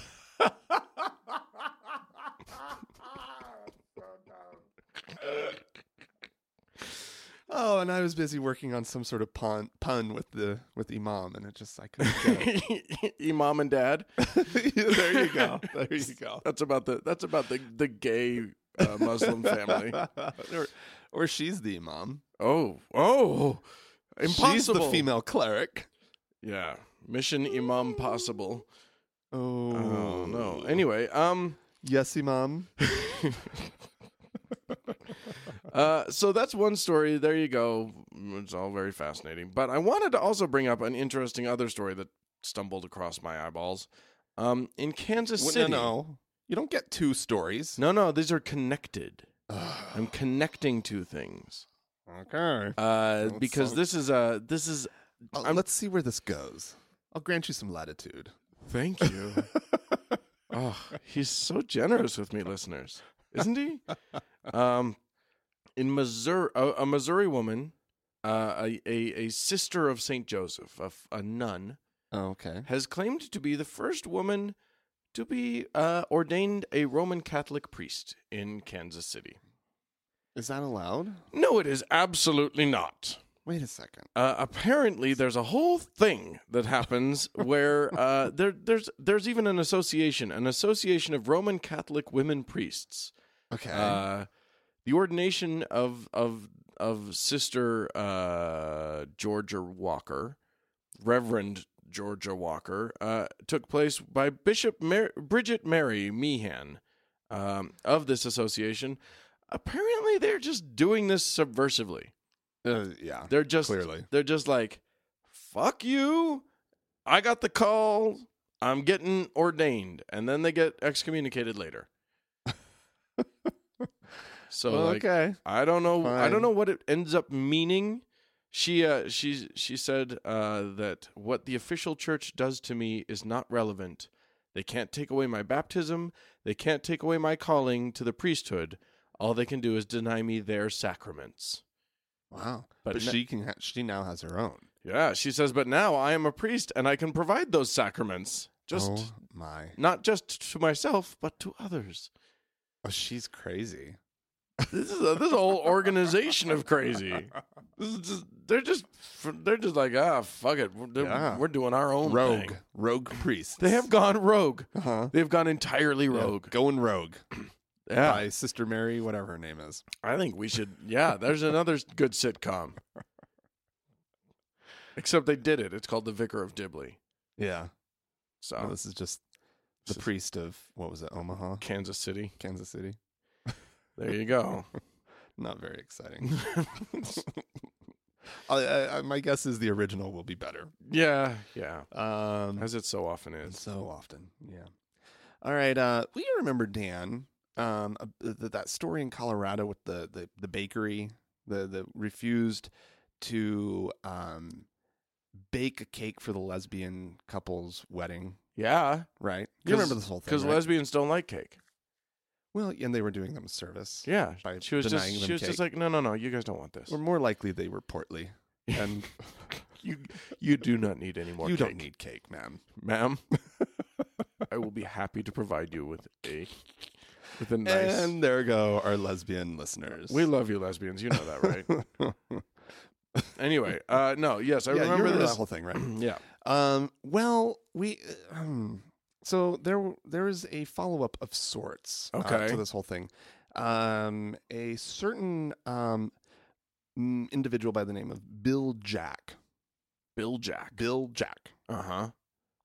[SPEAKER 1] oh, and I was busy working on some sort of pun pun with the with Imam, and it just I couldn't get
[SPEAKER 2] imam and dad.
[SPEAKER 1] it. there you go. There you go.
[SPEAKER 2] That's about the that's about the the gay uh, Muslim family.
[SPEAKER 1] or, or she's the Imam.
[SPEAKER 2] Oh, oh, impossible.
[SPEAKER 1] She's the female cleric.
[SPEAKER 2] Yeah, mission imam possible.
[SPEAKER 1] Oh,
[SPEAKER 2] Oh no. Anyway, um
[SPEAKER 1] Yes, Imam.
[SPEAKER 2] uh so that's one story. There you go. It's all very fascinating. But I wanted to also bring up an interesting other story that stumbled across my eyeballs. Um in Kansas
[SPEAKER 1] Well,
[SPEAKER 2] City.
[SPEAKER 1] No, no, you don't get two stories.
[SPEAKER 2] no, no, these are connected.
[SPEAKER 1] Ugh.
[SPEAKER 2] I'm connecting two things.
[SPEAKER 1] okay.
[SPEAKER 2] Uh
[SPEAKER 1] Well, it
[SPEAKER 2] because
[SPEAKER 1] sounds-
[SPEAKER 2] this is uh this is
[SPEAKER 1] Well,
[SPEAKER 2] I'm-
[SPEAKER 1] let's see where this goes. I'll grant you some latitude.
[SPEAKER 2] Thank you. oh, he's so generous with me, listeners, isn't he? Um, in Missouri, a, a Missouri woman, uh, a, a a sister of Saint Joseph, a, f- a nun,
[SPEAKER 1] Okay.
[SPEAKER 2] has claimed to be the first woman to be uh, ordained a Roman Catholic priest in Kansas City.
[SPEAKER 1] Is that allowed?
[SPEAKER 2] No, it is absolutely not.
[SPEAKER 1] Wait a second.
[SPEAKER 2] Uh, apparently, there's a whole thing that happens where uh, there, there's there's even an association, an association of Roman Catholic women priests.
[SPEAKER 1] Okay.
[SPEAKER 2] Uh, the ordination of of of Sister uh, Georgia Walker, Reverend Georgia Walker, uh, took place by Bishop Mar- Bridget Mary Meehan um, of this association. Apparently, they're just doing this subversively.
[SPEAKER 1] Uh, yeah.
[SPEAKER 2] They're just
[SPEAKER 1] Clearly.
[SPEAKER 2] They're just like, fuck you. I got the call. I'm getting ordained, and then they get excommunicated later. so like,
[SPEAKER 1] okay.
[SPEAKER 2] I don't know. I
[SPEAKER 1] Fine.
[SPEAKER 2] don't know what it ends up meaning. She uh, she she said uh, that what the official church does to me is not relevant. They can't take away my baptism. They can't take away my calling to the priesthood. All they can do is deny me their sacraments.
[SPEAKER 1] Wow.
[SPEAKER 2] But
[SPEAKER 1] But,
[SPEAKER 2] no-
[SPEAKER 1] she can. Ha- she now has her own.
[SPEAKER 2] Yeah, she says, but now I am a priest and I can provide those sacraments. Just
[SPEAKER 1] oh my.
[SPEAKER 2] not just to myself, but to others.
[SPEAKER 1] Oh, she's crazy.
[SPEAKER 2] this is a, this is a whole organization of crazy. This is just, they're just they're just like ah fuck it we're, they're-
[SPEAKER 1] Yeah.
[SPEAKER 2] we're doing our own
[SPEAKER 1] rogue,
[SPEAKER 2] thing.
[SPEAKER 1] rogue priests.
[SPEAKER 2] They have gone rogue.
[SPEAKER 1] uh-huh.
[SPEAKER 2] They've gone entirely rogue.
[SPEAKER 1] going rogue
[SPEAKER 2] Yeah,
[SPEAKER 1] by Sister Mary, whatever her name is.
[SPEAKER 2] I think we should. Yeah, there's another s- good sitcom. Except they did it. It's called The Vicar of Dibley.
[SPEAKER 1] Yeah,
[SPEAKER 2] So
[SPEAKER 1] No, this is Oh. just the
[SPEAKER 2] This is-
[SPEAKER 1] priest of what was it, Omaha,
[SPEAKER 2] Kansas City.
[SPEAKER 1] Kansas City.
[SPEAKER 2] There you go.
[SPEAKER 1] Not very exciting. I, I, I- my guess is the original will be better.
[SPEAKER 2] yeah, yeah.
[SPEAKER 1] Um,
[SPEAKER 2] As it so often is.
[SPEAKER 1] so often, yeah. All right, uh, we remember Dan. Um, uh, th- that story in Colorado with the the, the bakery, the the refused to um, bake a cake for the lesbian couple's wedding,
[SPEAKER 2] Yeah,
[SPEAKER 1] right? You remember
[SPEAKER 2] 'Cause-
[SPEAKER 1] this whole thing?
[SPEAKER 2] because
[SPEAKER 1] right?
[SPEAKER 2] lesbians don't like cake.
[SPEAKER 1] well, and they were doing them a service.
[SPEAKER 2] Yeah,
[SPEAKER 1] By
[SPEAKER 2] she was just
[SPEAKER 1] denying them
[SPEAKER 2] she was
[SPEAKER 1] cake.
[SPEAKER 2] just like, no, no, no. You guys don't want this.
[SPEAKER 1] Or more likely, they were portly. And
[SPEAKER 2] You you do not need any more.
[SPEAKER 1] you
[SPEAKER 2] cake.
[SPEAKER 1] don't need cake, ma'am.
[SPEAKER 2] ma'am. I will be happy to provide you with a with a nice.
[SPEAKER 1] And there go our lesbian listeners.
[SPEAKER 2] we love you, lesbians. You know that, right? anyway, uh, no, yes, I
[SPEAKER 1] yeah, you
[SPEAKER 2] remember,
[SPEAKER 1] remember that
[SPEAKER 2] this.
[SPEAKER 1] whole thing, right?
[SPEAKER 2] yeah,
[SPEAKER 1] Um, well, we um, so there w- there is a follow up of sorts uh,
[SPEAKER 2] Okay.
[SPEAKER 1] to this whole thing. Um, a certain um, mm, individual by the name of Bill Jack,
[SPEAKER 2] Bill Jack.
[SPEAKER 1] Bill Jack,
[SPEAKER 2] Uh huh.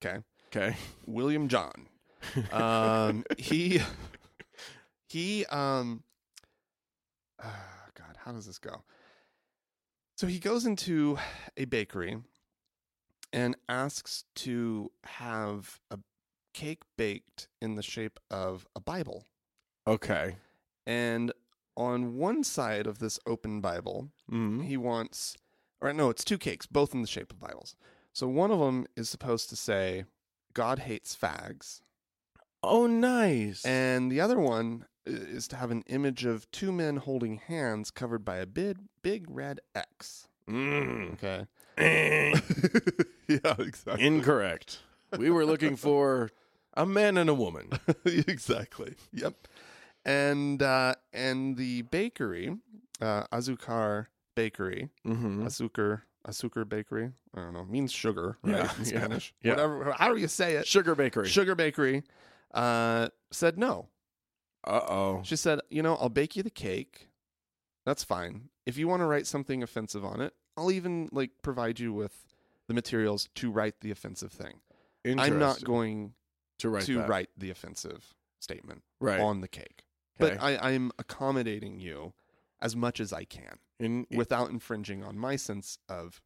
[SPEAKER 1] Okay.
[SPEAKER 2] Okay. Uh,
[SPEAKER 1] William John. Um, he he um, ah, God, how does this go? So he goes into a bakery and asks to have a cake baked in the shape of a Bible.
[SPEAKER 2] okay.
[SPEAKER 1] And on one side of this open Bible,
[SPEAKER 2] Mm.
[SPEAKER 1] he wants, or no, it's two cakes, both in the shape of Bibles. So one of them is supposed to say, God hates fags.
[SPEAKER 2] Oh, nice.
[SPEAKER 1] And the other one i- is to have an image of two men holding hands covered by a big, big red X.
[SPEAKER 2] Mm.
[SPEAKER 1] Okay. yeah, exactly.
[SPEAKER 2] Incorrect. We were looking for a man and a woman.
[SPEAKER 1] exactly. Yep. And uh, and the bakery, uh, Azukar Bakery,
[SPEAKER 2] Mm-hmm.
[SPEAKER 1] Azukar Azukar Bakery. I don't know. Means sugar, right?
[SPEAKER 2] Yeah,
[SPEAKER 1] In
[SPEAKER 2] yeah,
[SPEAKER 1] Spanish.
[SPEAKER 2] yeah.
[SPEAKER 1] Whatever. How do you say it?
[SPEAKER 2] Sugar bakery.
[SPEAKER 1] Sugar Bakery. Uh, said no.
[SPEAKER 2] uh oh.
[SPEAKER 1] She said, "You know, I'll bake you the cake. That's fine. If you want to write something offensive on it, I'll even like provide you with the materials to write the offensive thing. I'm not going
[SPEAKER 2] to write
[SPEAKER 1] to
[SPEAKER 2] that.
[SPEAKER 1] write the offensive statement
[SPEAKER 2] right.
[SPEAKER 1] on the cake,
[SPEAKER 2] Okay.
[SPEAKER 1] but I, I'm accommodating you as much as I can
[SPEAKER 2] in,
[SPEAKER 1] without infringing on my sense of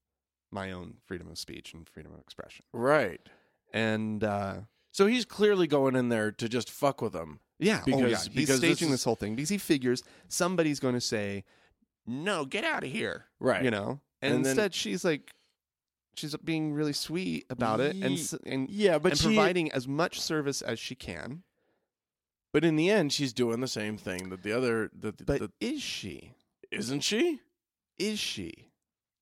[SPEAKER 1] my own freedom of speech and freedom of expression.
[SPEAKER 2] right.
[SPEAKER 1] And uh,
[SPEAKER 2] So he's clearly going in there to just fuck with them.
[SPEAKER 1] Yeah, because,
[SPEAKER 2] Because-
[SPEAKER 1] he's
[SPEAKER 2] because this
[SPEAKER 1] staging this,
[SPEAKER 2] is-
[SPEAKER 1] whole thing because he figures somebody's going to say, "No, get out of here,"
[SPEAKER 2] Right.
[SPEAKER 1] you know. And,
[SPEAKER 2] And then-
[SPEAKER 1] instead, she's like, she's being really sweet about it and
[SPEAKER 2] Ye-
[SPEAKER 1] s- and,
[SPEAKER 2] Yeah, but
[SPEAKER 1] and
[SPEAKER 2] she,
[SPEAKER 1] providing as much service as she can.
[SPEAKER 2] but in the end, she's doing the same thing that the other that,
[SPEAKER 1] But
[SPEAKER 2] that
[SPEAKER 1] is she?
[SPEAKER 2] isn't she?
[SPEAKER 1] Is she?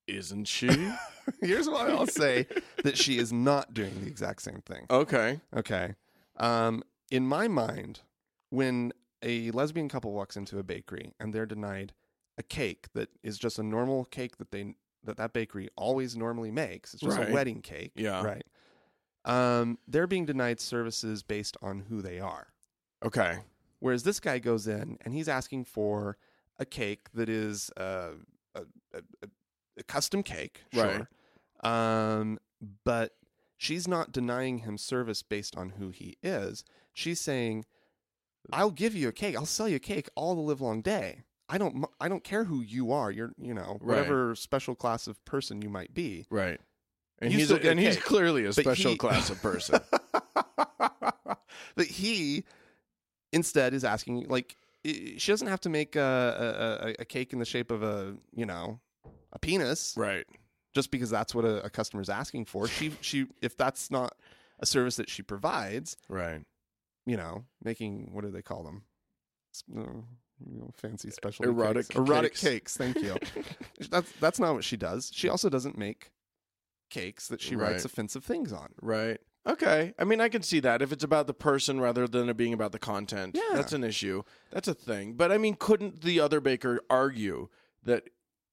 [SPEAKER 2] Isn't she?
[SPEAKER 1] Here's why I'll say that she is not doing the exact same thing.
[SPEAKER 2] okay.
[SPEAKER 1] Okay. Um, in my mind, when a lesbian couple walks into a bakery and they're denied a cake that is just a normal cake that they that that bakery always normally makes, it's just
[SPEAKER 2] Right.
[SPEAKER 1] a wedding cake,
[SPEAKER 2] Yeah.
[SPEAKER 1] right? Um, they're being denied services based on who they are.
[SPEAKER 2] Okay.
[SPEAKER 1] Whereas this guy goes in and he's asking for a cake that is uh, a, a, a, a custom cake,
[SPEAKER 2] Right.
[SPEAKER 1] Sure. Um, but she's not denying him service based on who he is. She's saying, "I'll give you a cake. I'll sell you a cake all the livelong day. I don't. m- I don't care who you are. You're, you know,
[SPEAKER 2] Right.
[SPEAKER 1] whatever special class of person you might be."
[SPEAKER 2] Right. And
[SPEAKER 1] You
[SPEAKER 2] he's
[SPEAKER 1] still
[SPEAKER 2] a-
[SPEAKER 1] get a
[SPEAKER 2] and he's
[SPEAKER 1] cake,
[SPEAKER 2] clearly a
[SPEAKER 1] but
[SPEAKER 2] special
[SPEAKER 1] he-
[SPEAKER 2] class of person.
[SPEAKER 1] but he instead is asking like i- she doesn't have to make a, a- a, a cake in the shape of a you know a penis
[SPEAKER 2] right.
[SPEAKER 1] just because that's what a, a customer's asking for she she if that's not a service that she provides
[SPEAKER 2] Right.
[SPEAKER 1] you know making what do they call them S- uh, you know, fancy special
[SPEAKER 2] Erotic
[SPEAKER 1] cakes. erotic cakes
[SPEAKER 2] cakes.
[SPEAKER 1] thank you that's that's not what she does she also doesn't make cakes that she
[SPEAKER 2] Right.
[SPEAKER 1] writes offensive things on
[SPEAKER 2] Right. Okay. I mean, I can see that if it's about the person rather than it being about the content.
[SPEAKER 1] Yeah.
[SPEAKER 2] That's an issue. That's a thing. But I mean, couldn't the other baker argue that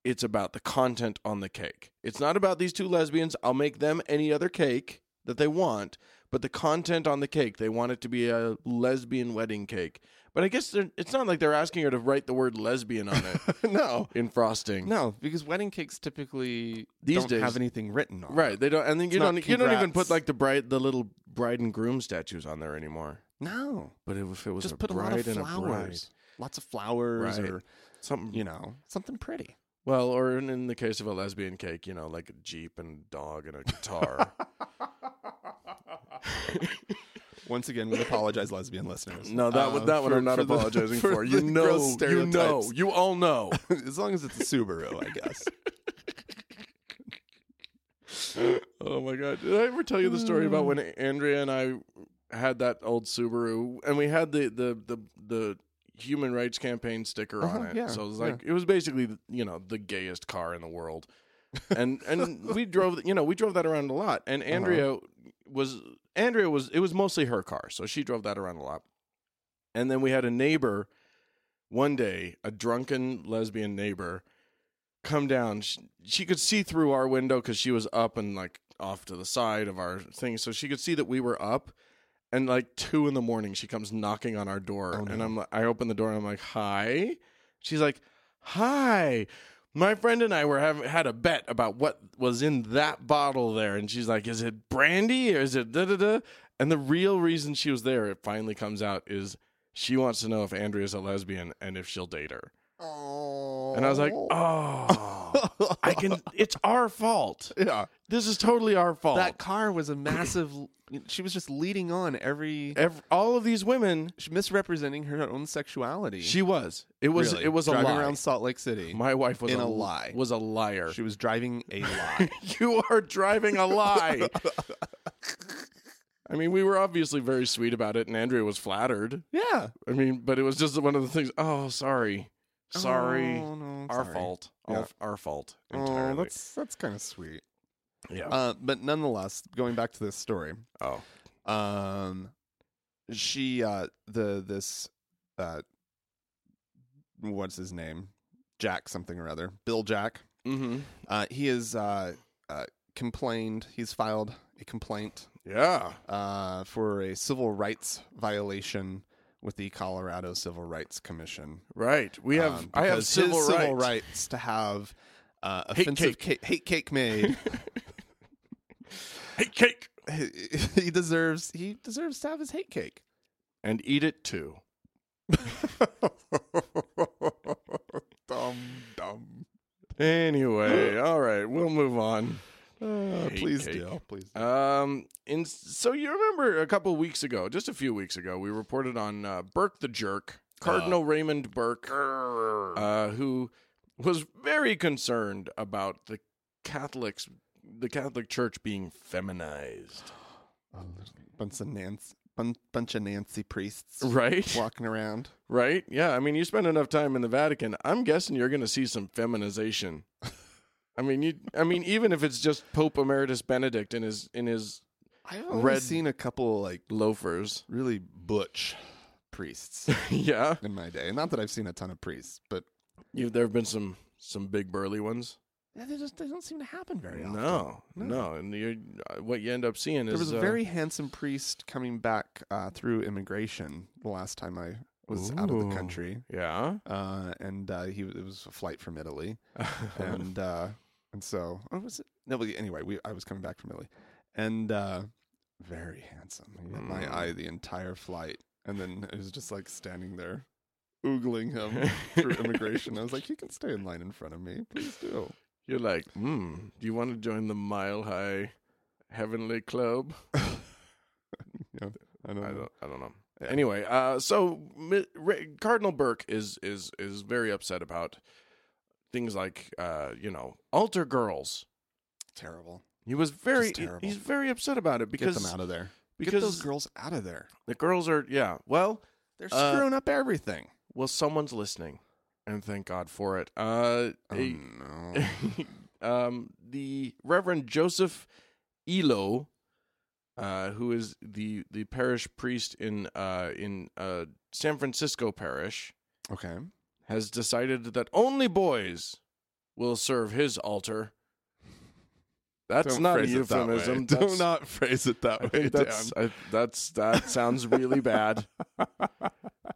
[SPEAKER 2] it's about the content on the cake? It's not about these two lesbians. I'll make them any other cake that they want, but the content on the cake, they want it to be a lesbian wedding cake. But I guess they're- it's not like they're asking her to write the word lesbian on it
[SPEAKER 1] no,
[SPEAKER 2] in frosting.
[SPEAKER 1] no, because wedding cakes typically
[SPEAKER 2] These
[SPEAKER 1] don't
[SPEAKER 2] days-
[SPEAKER 1] have anything written on. them.
[SPEAKER 2] Right, they don't, and then you
[SPEAKER 1] not
[SPEAKER 2] don't. You don't even
[SPEAKER 1] congrats.
[SPEAKER 2] put like the bride, the little bride and groom statues on there anymore.
[SPEAKER 1] No,
[SPEAKER 2] But if it was
[SPEAKER 1] just
[SPEAKER 2] a
[SPEAKER 1] put a
[SPEAKER 2] bride
[SPEAKER 1] lot of
[SPEAKER 2] and a bride,
[SPEAKER 1] flowers, lots of flowers,
[SPEAKER 2] Right.
[SPEAKER 1] or
[SPEAKER 2] something
[SPEAKER 1] you know, something pretty.
[SPEAKER 2] well, or in, in the case of a lesbian cake, you know, like a jeep and a dog and a guitar.
[SPEAKER 1] Once again, we apologize, lesbian listeners.
[SPEAKER 2] no, that
[SPEAKER 1] Uh,
[SPEAKER 2] would that one
[SPEAKER 1] for-
[SPEAKER 2] I'm not
[SPEAKER 1] for the-
[SPEAKER 2] apologizing
[SPEAKER 1] for
[SPEAKER 2] for. You
[SPEAKER 1] the
[SPEAKER 2] know,
[SPEAKER 1] gross
[SPEAKER 2] you know,
[SPEAKER 1] stereotypes.
[SPEAKER 2] you all know.
[SPEAKER 1] as long as it's a Subaru, I guess.
[SPEAKER 2] oh my god! Did I ever tell you the story
[SPEAKER 1] Mm.
[SPEAKER 2] about when Andrea and I had that old Subaru and we had the the the the human rights campaign sticker on
[SPEAKER 1] Uh-huh,
[SPEAKER 2] it?
[SPEAKER 1] yeah,
[SPEAKER 2] so it was
[SPEAKER 1] yeah.
[SPEAKER 2] like it was basically you know the gayest car in the world, and and we drove you know we drove that around a lot. And
[SPEAKER 1] Uh-huh.
[SPEAKER 2] Andrea was Andrea was it was mostly her car, so she drove that around a lot. And then we had a neighbor one day, a drunken lesbian neighbor come down. She, she could see through our window because she was up and like off to the side of our thing, so she could see that we were up. And like two in the morning, she comes knocking on our door,
[SPEAKER 1] Oh, no.
[SPEAKER 2] and I'm like, I open the door, and I'm like, "Hi." She's like, "Hi." My friend and I were having had a bet about what was in that bottle there, and she's like, "Is it brandy or is it da da da?" And the real reason she was there, it finally comes out, is she wants to know if Andrea's a lesbian and if she'll date her.
[SPEAKER 1] Oh,
[SPEAKER 2] And I was like, "Oh, I can. It's our fault.
[SPEAKER 1] yeah.
[SPEAKER 2] This is totally our fault.
[SPEAKER 1] That car was a massive. she was just leading on every
[SPEAKER 2] Ev- all of these women,
[SPEAKER 1] she- misrepresenting her own sexuality.
[SPEAKER 2] she was. It was.
[SPEAKER 1] Really.
[SPEAKER 2] It was a
[SPEAKER 1] driving
[SPEAKER 2] lie.
[SPEAKER 1] around Salt Lake City.
[SPEAKER 2] My wife was
[SPEAKER 1] in a
[SPEAKER 2] l-
[SPEAKER 1] lie.
[SPEAKER 2] Was a liar.
[SPEAKER 1] she was driving a lie.
[SPEAKER 2] you are driving a lie. I mean, we were obviously very sweet about it, and Andrea was flattered.
[SPEAKER 1] yeah,
[SPEAKER 2] I mean, but it was just one of the things. Oh, sorry, sorry,
[SPEAKER 1] Oh, no,
[SPEAKER 2] our
[SPEAKER 1] sorry.
[SPEAKER 2] fault,
[SPEAKER 1] Yeah.
[SPEAKER 2] All- our fault entirely.
[SPEAKER 1] Oh, that's that's kind of sweet.
[SPEAKER 2] yeah.
[SPEAKER 1] Uh, but nonetheless, going back to this story,
[SPEAKER 2] oh,
[SPEAKER 1] um, she uh, the this uh, what's his name, Jack something or other, Bill Jack.
[SPEAKER 2] mm-hmm.
[SPEAKER 1] Uh, he has uh, uh, complained. He's filed a complaint
[SPEAKER 2] yeah.
[SPEAKER 1] uh, for a civil rights violation with the Colorado Civil Rights Commission.
[SPEAKER 2] Right. We have.
[SPEAKER 1] Um,
[SPEAKER 2] I have
[SPEAKER 1] because his
[SPEAKER 2] civil,
[SPEAKER 1] civil
[SPEAKER 2] rights.
[SPEAKER 1] rights to have uh,
[SPEAKER 2] Hate
[SPEAKER 1] offensive cake. hate cake made.
[SPEAKER 2] Hey, cake.
[SPEAKER 1] he deserves he deserves to have his hate cake.
[SPEAKER 2] and eat it too.
[SPEAKER 1] Dumb, dumb.
[SPEAKER 2] Anyway, all right, we'll move on.
[SPEAKER 1] Uh,
[SPEAKER 2] Hate
[SPEAKER 1] please
[SPEAKER 2] cake.
[SPEAKER 1] do, please. Do.
[SPEAKER 2] Um, in, so you remember a couple weeks ago, just a few weeks ago, we reported on uh, Burke the Jerk, Cardinal Raymond Burke, uh, who was very concerned about the Catholics, the Catholic Church being feminized,
[SPEAKER 1] Oh, there's a bunch of Nancy, bun- bunch of Nancy priests
[SPEAKER 2] right?
[SPEAKER 1] walking around.
[SPEAKER 2] Right? Yeah. I mean, you spend enough time in the Vatican, I'm guessing you're going to see some feminization. I mean, you. I mean, even if it's just Pope Emeritus Benedict in his in his
[SPEAKER 1] I've only
[SPEAKER 2] Red-
[SPEAKER 1] seen a couple like
[SPEAKER 2] loafers.
[SPEAKER 1] really butch priests
[SPEAKER 2] yeah.
[SPEAKER 1] in my day. Not that I've seen a ton of priests, but
[SPEAKER 2] You there have been some some big burly ones.
[SPEAKER 1] yeah, they just they don't seem to happen very often.
[SPEAKER 2] No,
[SPEAKER 1] No.
[SPEAKER 2] no, and you uh, what you end up seeing
[SPEAKER 1] There
[SPEAKER 2] is
[SPEAKER 1] was a
[SPEAKER 2] uh,
[SPEAKER 1] very handsome priest coming back uh, through immigration the last time I was out of
[SPEAKER 2] Ooh.
[SPEAKER 1] the country,
[SPEAKER 2] yeah.
[SPEAKER 1] uh, and uh, he it was a flight from Italy, and uh, and so or was it? No, but anyway, we I was coming back from Italy, and uh, very handsome. He had
[SPEAKER 2] Mm.
[SPEAKER 1] my eye the entire flight, and then I was just like standing there, oogling
[SPEAKER 2] Um,
[SPEAKER 1] him through immigration. I was like, you can stay in line in front of me, please do.
[SPEAKER 2] You're like, hmm. Do you want to join the Mile High Heavenly Club?
[SPEAKER 1] Yeah, I don't.
[SPEAKER 2] I
[SPEAKER 1] know.
[SPEAKER 2] don't. I don't know.
[SPEAKER 1] Hmm. Yeah.
[SPEAKER 2] Anyway, uh, so Mi- Ra- Cardinal Burke is is is very upset about things like uh, you know altar girls.
[SPEAKER 1] Terrible.
[SPEAKER 2] He was very
[SPEAKER 1] Just terrible.
[SPEAKER 2] he's very upset about it because
[SPEAKER 1] Get them out of there.
[SPEAKER 2] because
[SPEAKER 1] Get those girls out of there.
[SPEAKER 2] the girls are yeah well
[SPEAKER 1] They're
[SPEAKER 2] Uh,
[SPEAKER 1] screwing up everything.
[SPEAKER 2] well someone's listening and thank God for it. Uh, um, a-
[SPEAKER 1] Um, no.
[SPEAKER 2] um, the Reverend Joseph Elo uh, who is the the parish priest in uh, in uh, San Francisco parish,
[SPEAKER 1] Okay.
[SPEAKER 2] has decided that only boys will serve his altar. That's
[SPEAKER 1] Don't
[SPEAKER 2] not a
[SPEAKER 1] phrase it that way.
[SPEAKER 2] euphemism.
[SPEAKER 1] Do
[SPEAKER 2] That's-
[SPEAKER 1] not phrase it that
[SPEAKER 2] I
[SPEAKER 1] way.
[SPEAKER 2] think that's I, that's that sounds really bad.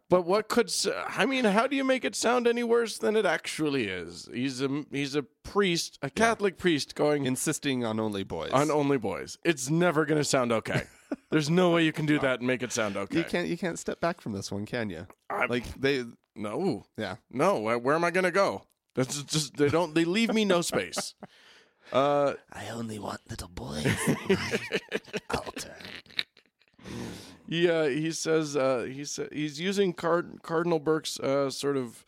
[SPEAKER 2] but what could s- I mean? How do you make it sound any worse than it actually is? He's a he's a priest, a Catholic priest, going
[SPEAKER 1] Dan. insisting on only boys.
[SPEAKER 2] on only boys. It's never going to sound okay. There's no way you can do that and make it sound okay.
[SPEAKER 1] You can't you can't step back from this one, can you?
[SPEAKER 2] I-
[SPEAKER 1] Like they
[SPEAKER 2] no,
[SPEAKER 1] yeah.
[SPEAKER 2] no. where- Where am I going to go? That's just- just they don't they leave me no space. Uh,
[SPEAKER 1] I only want little boys my altar.
[SPEAKER 2] he uh, he says uh, he sa- he's using Card- Cardinal Burke's uh, sort of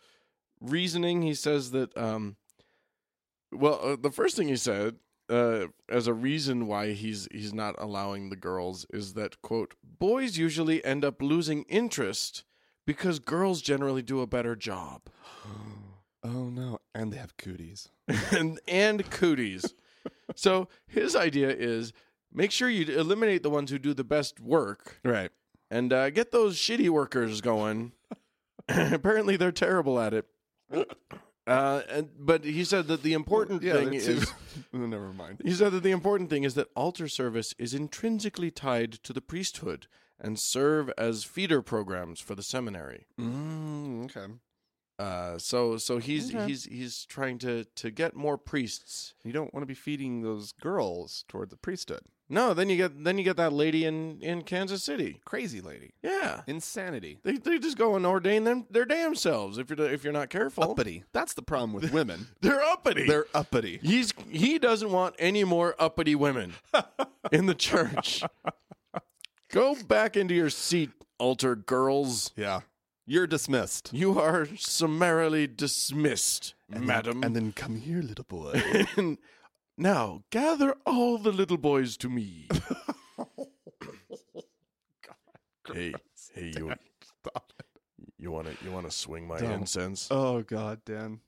[SPEAKER 2] reasoning. He says that um, well, uh, the first thing he said uh, as a reason why he's he's not allowing the girls is that quote boys usually end up losing interest because girls generally do a better job
[SPEAKER 1] Oh no. And they have cooties.
[SPEAKER 2] and and cooties. so his idea is make sure you eliminate the ones who do the best work
[SPEAKER 1] Right.
[SPEAKER 2] and uh, get those shitty workers going. Apparently, they're terrible at it. Uh, and, but he said that the important
[SPEAKER 1] Yeah,
[SPEAKER 2] thing
[SPEAKER 1] they're
[SPEAKER 2] is
[SPEAKER 1] too- never mind.
[SPEAKER 2] he said that the important thing is that altar service is intrinsically tied to the priesthood and serve as feeder programs for the seminary.
[SPEAKER 1] Mm, okay.
[SPEAKER 2] Uh, so so he's
[SPEAKER 1] Okay.
[SPEAKER 2] he's he's trying to to get more priests.
[SPEAKER 1] You don't want to be feeding those girls toward the priesthood.
[SPEAKER 2] No, then you get then you get that lady in in Kansas City.
[SPEAKER 1] Crazy lady.
[SPEAKER 2] Yeah.
[SPEAKER 1] Insanity.
[SPEAKER 2] They, they just go and ordain them their damn selves if you're if you're not careful.
[SPEAKER 1] Uppity. That's the problem with women.
[SPEAKER 2] They're uppity.
[SPEAKER 1] They're uppity.
[SPEAKER 2] He's he doesn't want any more uppity women in the church. Go back into your seat, altar girls.
[SPEAKER 1] Yeah. You're dismissed.
[SPEAKER 2] You are summarily dismissed, madam.
[SPEAKER 1] And then come here, little boy.
[SPEAKER 2] And now gather all the little boys to me. hey, hey, you, you want to you want to swing my
[SPEAKER 1] Don't.
[SPEAKER 2] incense?
[SPEAKER 1] oh God, Dan.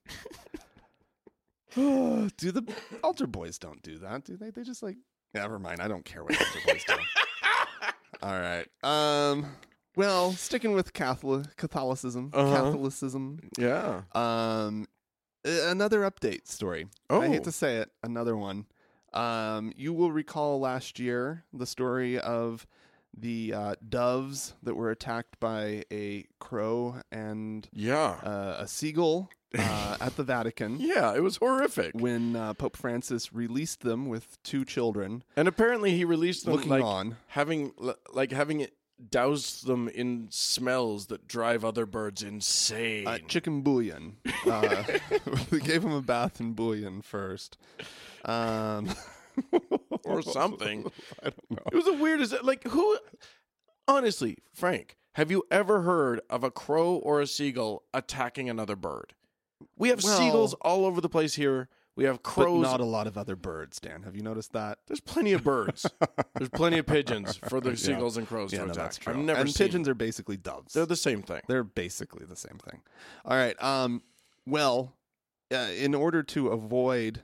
[SPEAKER 1] do the altar boys don't do that, do they? They just like never mind. I don't care what altar boys do. All right. Um. Well, sticking with Catholic Catholicism,
[SPEAKER 2] Uh-huh.
[SPEAKER 1] Catholicism.
[SPEAKER 2] yeah.
[SPEAKER 1] Um, a- another update story.
[SPEAKER 2] Oh,
[SPEAKER 1] I hate to say it, another one. Um, you will recall last year the story of the uh, doves that were attacked by a crow and
[SPEAKER 2] yeah,
[SPEAKER 1] uh, a seagull uh, at the Vatican
[SPEAKER 2] yeah. It was horrific.
[SPEAKER 1] when uh, Pope Francis released them with two children
[SPEAKER 2] And apparently, he released them
[SPEAKER 1] looking
[SPEAKER 2] like
[SPEAKER 1] on.
[SPEAKER 2] having l- like having it doused them in smells that drive other birds insane.
[SPEAKER 1] Uh, chicken bouillon. Uh, they gave him a bath in bouillon first. Um,
[SPEAKER 2] Or something.
[SPEAKER 1] I don't know.
[SPEAKER 2] It was the weirdest. Like who? Honestly, Frank, have you ever heard of a crow or a seagull attacking another bird? We have
[SPEAKER 1] Well-
[SPEAKER 2] seagulls all over the place here. We have crows.
[SPEAKER 1] But not a lot of other birds, Dan. Have you noticed that?
[SPEAKER 2] There's plenty of birds. There's plenty of pigeons for the seagulls and crows to attack. I've never
[SPEAKER 1] and
[SPEAKER 2] seen.
[SPEAKER 1] pigeons are basically doves.
[SPEAKER 2] They're the same thing.
[SPEAKER 1] They're basically the same thing. All right. Um, well, uh, in order to avoid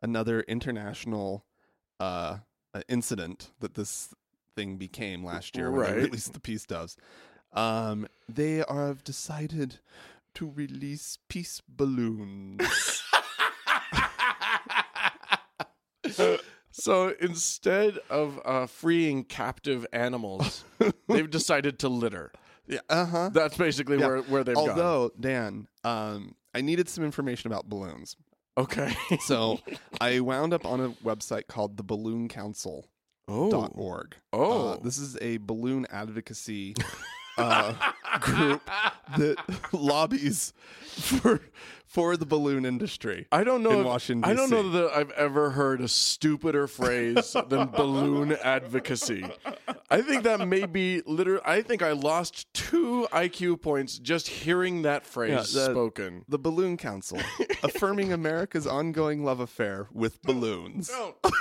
[SPEAKER 1] another international uh, uh, incident that this thing became last year when they
[SPEAKER 2] Right.
[SPEAKER 1] released the peace doves, um, they are, have decided to release peace balloons.
[SPEAKER 2] so instead of uh, freeing captive animals, they've decided to litter.
[SPEAKER 1] yeah. Uh huh.
[SPEAKER 2] That's basically
[SPEAKER 1] Yeah.
[SPEAKER 2] where, where Uh-huh. they've gone.
[SPEAKER 1] Although, Dan, um, I needed some information about balloons.
[SPEAKER 2] Okay.
[SPEAKER 1] So I wound up on a website called theballooncouncil.org.
[SPEAKER 2] oh. Oh.
[SPEAKER 1] Uh, this is a balloon advocacy uh, group that lobbies for for the balloon industry.
[SPEAKER 2] I don't know.
[SPEAKER 1] in
[SPEAKER 2] if-
[SPEAKER 1] Washington,
[SPEAKER 2] I don't know
[SPEAKER 1] DC.
[SPEAKER 2] that I've ever heard a stupider phrase than balloon advocacy. I think that may be literally. I think I lost two IQ points just hearing that phrase
[SPEAKER 1] that-
[SPEAKER 2] spoken.
[SPEAKER 1] The Balloon Council, affirming America's ongoing love affair with balloons.
[SPEAKER 2] Don't, don't.